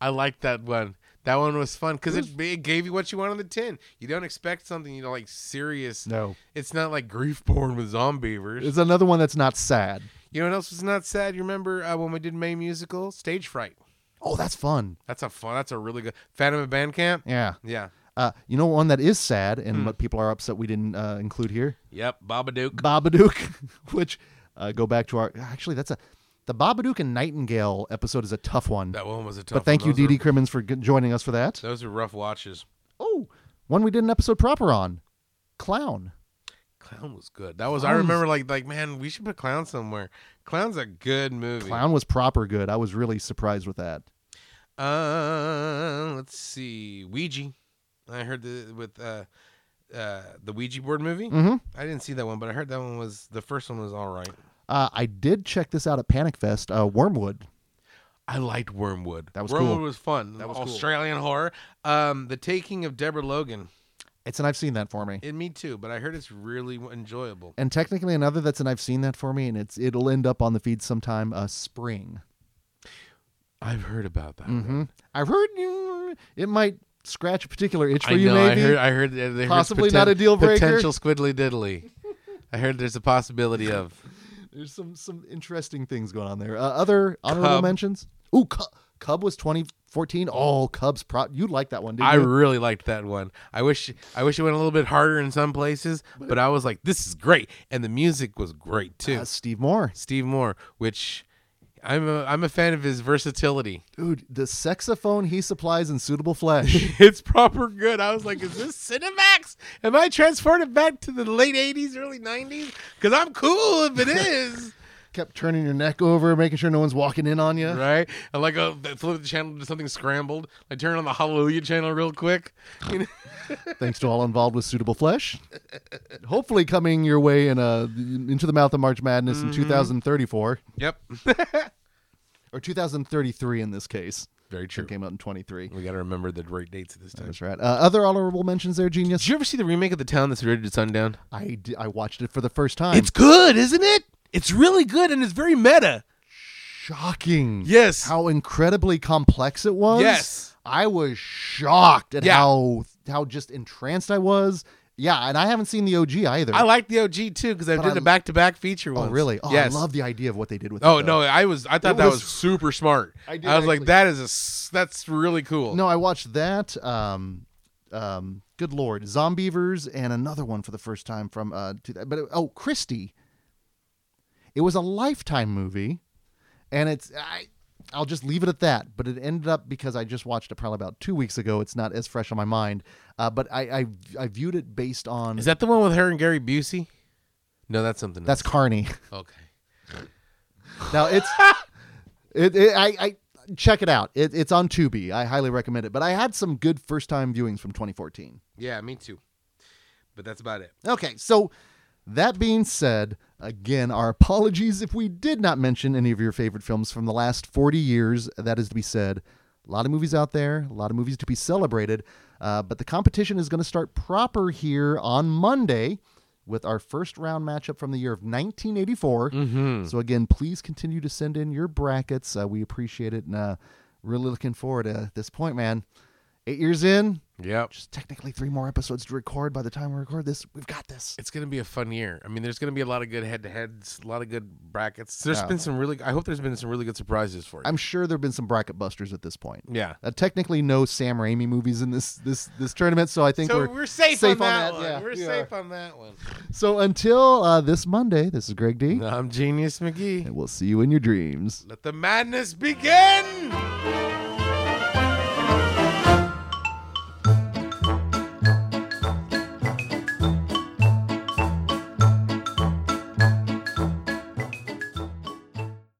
Speaker 3: I liked that one. That one was fun because it, it gave you what you want on the tin. You don't expect something, you know, like serious.
Speaker 2: No.
Speaker 3: It's not like grief porn with zombievers.
Speaker 2: It's another one that's not sad.
Speaker 3: you know what else was not sad? You remember uh, when we did May Musical? Stage Fright.
Speaker 2: Oh, that's fun.
Speaker 3: That's a fun, that's a really good. Phantom of Bandcamp?
Speaker 2: Yeah.
Speaker 3: Yeah.
Speaker 2: Uh, you know one that is sad
Speaker 3: Hmm.
Speaker 2: and what people are upset we didn't uh, include here?
Speaker 3: Yep. Babadook.
Speaker 2: Babadook, which uh, go back to our actually that's a the Babadook and Nightingale episode is a tough one.
Speaker 3: That one was a tough
Speaker 2: but thank
Speaker 3: one.
Speaker 2: you,
Speaker 3: Those
Speaker 2: DD
Speaker 3: were-
Speaker 2: Crimmins, for g- joining us for that.
Speaker 3: Those are rough watches.
Speaker 2: Oh, one we did an episode proper on, clown.
Speaker 3: Clown was good. That was I remember like like man, we should put Clown somewhere. Clown's a good movie.
Speaker 2: Clown was proper good. I was really surprised with that.
Speaker 3: Uh, let's see. Ouija. I heard the with uh uh the Ouija board movie.
Speaker 2: Mhm.
Speaker 3: I didn't see that one, but I heard that one was the first one was all right.
Speaker 2: Uh, I did check this out at Panic Fest. Uh, Wormwood.
Speaker 3: I liked Wormwood.
Speaker 2: That was
Speaker 3: Wormwood
Speaker 2: cool.
Speaker 3: was fun.
Speaker 2: That was cool.
Speaker 3: Australian horror. Um, the Taking of Deborah Logan.
Speaker 2: It's an I've seen that for me.
Speaker 3: And me too, but I heard it's really enjoyable.
Speaker 2: and technically another that's an I've seen that for me, and it's it'll end up on the feed sometime. Uh, spring.
Speaker 3: I've heard about that.
Speaker 2: hmm I've heard you, it might scratch a particular itch for
Speaker 3: I
Speaker 2: you.
Speaker 3: know.
Speaker 2: maybe
Speaker 3: I heard. I heard. that there's
Speaker 2: Possibly not a deal breaker.
Speaker 3: Potential squiddly diddly. I heard there's a possibility of.
Speaker 2: there's some some interesting things going on there. Uh, other honorable
Speaker 3: Cub.
Speaker 2: mentions. Ooh, Cub, Cub was 2014. Oh, Cubs prop. You like that one, didn't
Speaker 3: I
Speaker 2: you?
Speaker 3: really liked that one. I wish. I wish it went a little bit harder in some places, but I was like, "This is great," and the music was great too.
Speaker 2: Uh, Steve Moore,
Speaker 3: Steve Moore, which I'm a I'm a fan of his versatility.
Speaker 2: dude, the saxophone he supplies in suitable flesh.
Speaker 3: it's proper good. I was like, "Is this Cinemax? Am I transported back to the late '80s, early '90s? Because I'm cool if it is."
Speaker 2: Kept turning your neck over, making sure no one's walking in on you.
Speaker 3: right? And like oh, a they flip the channel to something scrambled. Like turn on the Hallelujah channel real quick. You know?
Speaker 2: Thanks to all involved with Suitable Flesh. Hopefully, coming your way in a into the mouth of March Madness
Speaker 3: Mm-hmm.
Speaker 2: in 2034
Speaker 3: Yep.
Speaker 2: or 2033 in this case.
Speaker 3: Very true.
Speaker 2: It came out in 23.
Speaker 3: We got to remember the right dates at this time.
Speaker 2: That's right. Uh, other honorable mentions there,
Speaker 3: Did
Speaker 2: genius.
Speaker 3: you ever see the remake of The Town That's Rated at Sundown?
Speaker 2: I, d- I watched it for the first time.
Speaker 3: It's good, isn't it? It's really good and it's very meta.
Speaker 2: shocking.
Speaker 3: Yes.
Speaker 2: How incredibly complex it was.
Speaker 3: Yes.
Speaker 2: I was shocked at
Speaker 3: Yeah.
Speaker 2: how how just entranced I was. Yeah, and I haven't seen the OG either.
Speaker 3: I like the OG too because I
Speaker 2: But
Speaker 3: did
Speaker 2: I-
Speaker 3: a back to back feature
Speaker 2: oh,
Speaker 3: once.
Speaker 2: really? Oh,
Speaker 3: yes.
Speaker 2: I love the idea of what they did with
Speaker 3: Oh
Speaker 2: it,
Speaker 3: no!
Speaker 2: though.
Speaker 3: I was. I thought
Speaker 2: It
Speaker 3: that
Speaker 2: was-
Speaker 3: was, super smart.
Speaker 2: I
Speaker 3: I,
Speaker 2: did
Speaker 3: was
Speaker 2: actually.
Speaker 3: like, that is a. s- That's really cool.
Speaker 2: No, I watched that. Um, um, good lord, Zombievers, and another one for the first time from uh, two, but oh, Christie. It was a lifetime movie, and it's I. I'll just leave it at that. But it ended up because I just watched it probably about two weeks ago. It's not as fresh on my mind. Uh, but I, I I viewed it based on
Speaker 3: Is that the one with her and Gary Busey? No, that's something.
Speaker 2: that's Carney.
Speaker 3: else. okay.
Speaker 2: Now it's it, it I, I check it out. It, it's on Tubi. I highly recommend it. But I had some good first time viewings from 2014.
Speaker 3: Yeah, me too. But that's about it.
Speaker 2: Okay, so that being said, again, our apologies if we did not mention any of your favorite films from the last 40 years. That is to be said. A lot of movies out there, a lot of movies to be celebrated. Uh, but the competition is going to start proper here on Monday with our first round matchup from the year of 1984. So, again, please continue to send in your brackets. Uh, we appreciate it. And uh, really looking forward to this point, man. Eight years in,
Speaker 3: Yep.
Speaker 2: just technically three more episodes to record by the time we record this we've got this
Speaker 3: It's gonna be a fun year. I mean, there's gonna be a lot of good head-to-heads, a lot of good brackets. There's
Speaker 2: Yeah.
Speaker 3: been some really. I hope there's been some really good surprises for you.
Speaker 2: i'm sure there have been some bracket busters at this point
Speaker 3: yeah.
Speaker 2: uh, technically no sam raimi movies in this this this tournament so i think
Speaker 3: So
Speaker 2: we're,
Speaker 3: we're, safe,
Speaker 2: safe
Speaker 3: on that,
Speaker 2: on
Speaker 3: one.
Speaker 2: that, yeah.
Speaker 3: we're
Speaker 2: Yeah.
Speaker 3: safe on that one.
Speaker 2: so until uh, this monday this is greg d
Speaker 3: I'm Genius McGee.
Speaker 2: and we'll see you in your dreams
Speaker 3: Let the madness begin.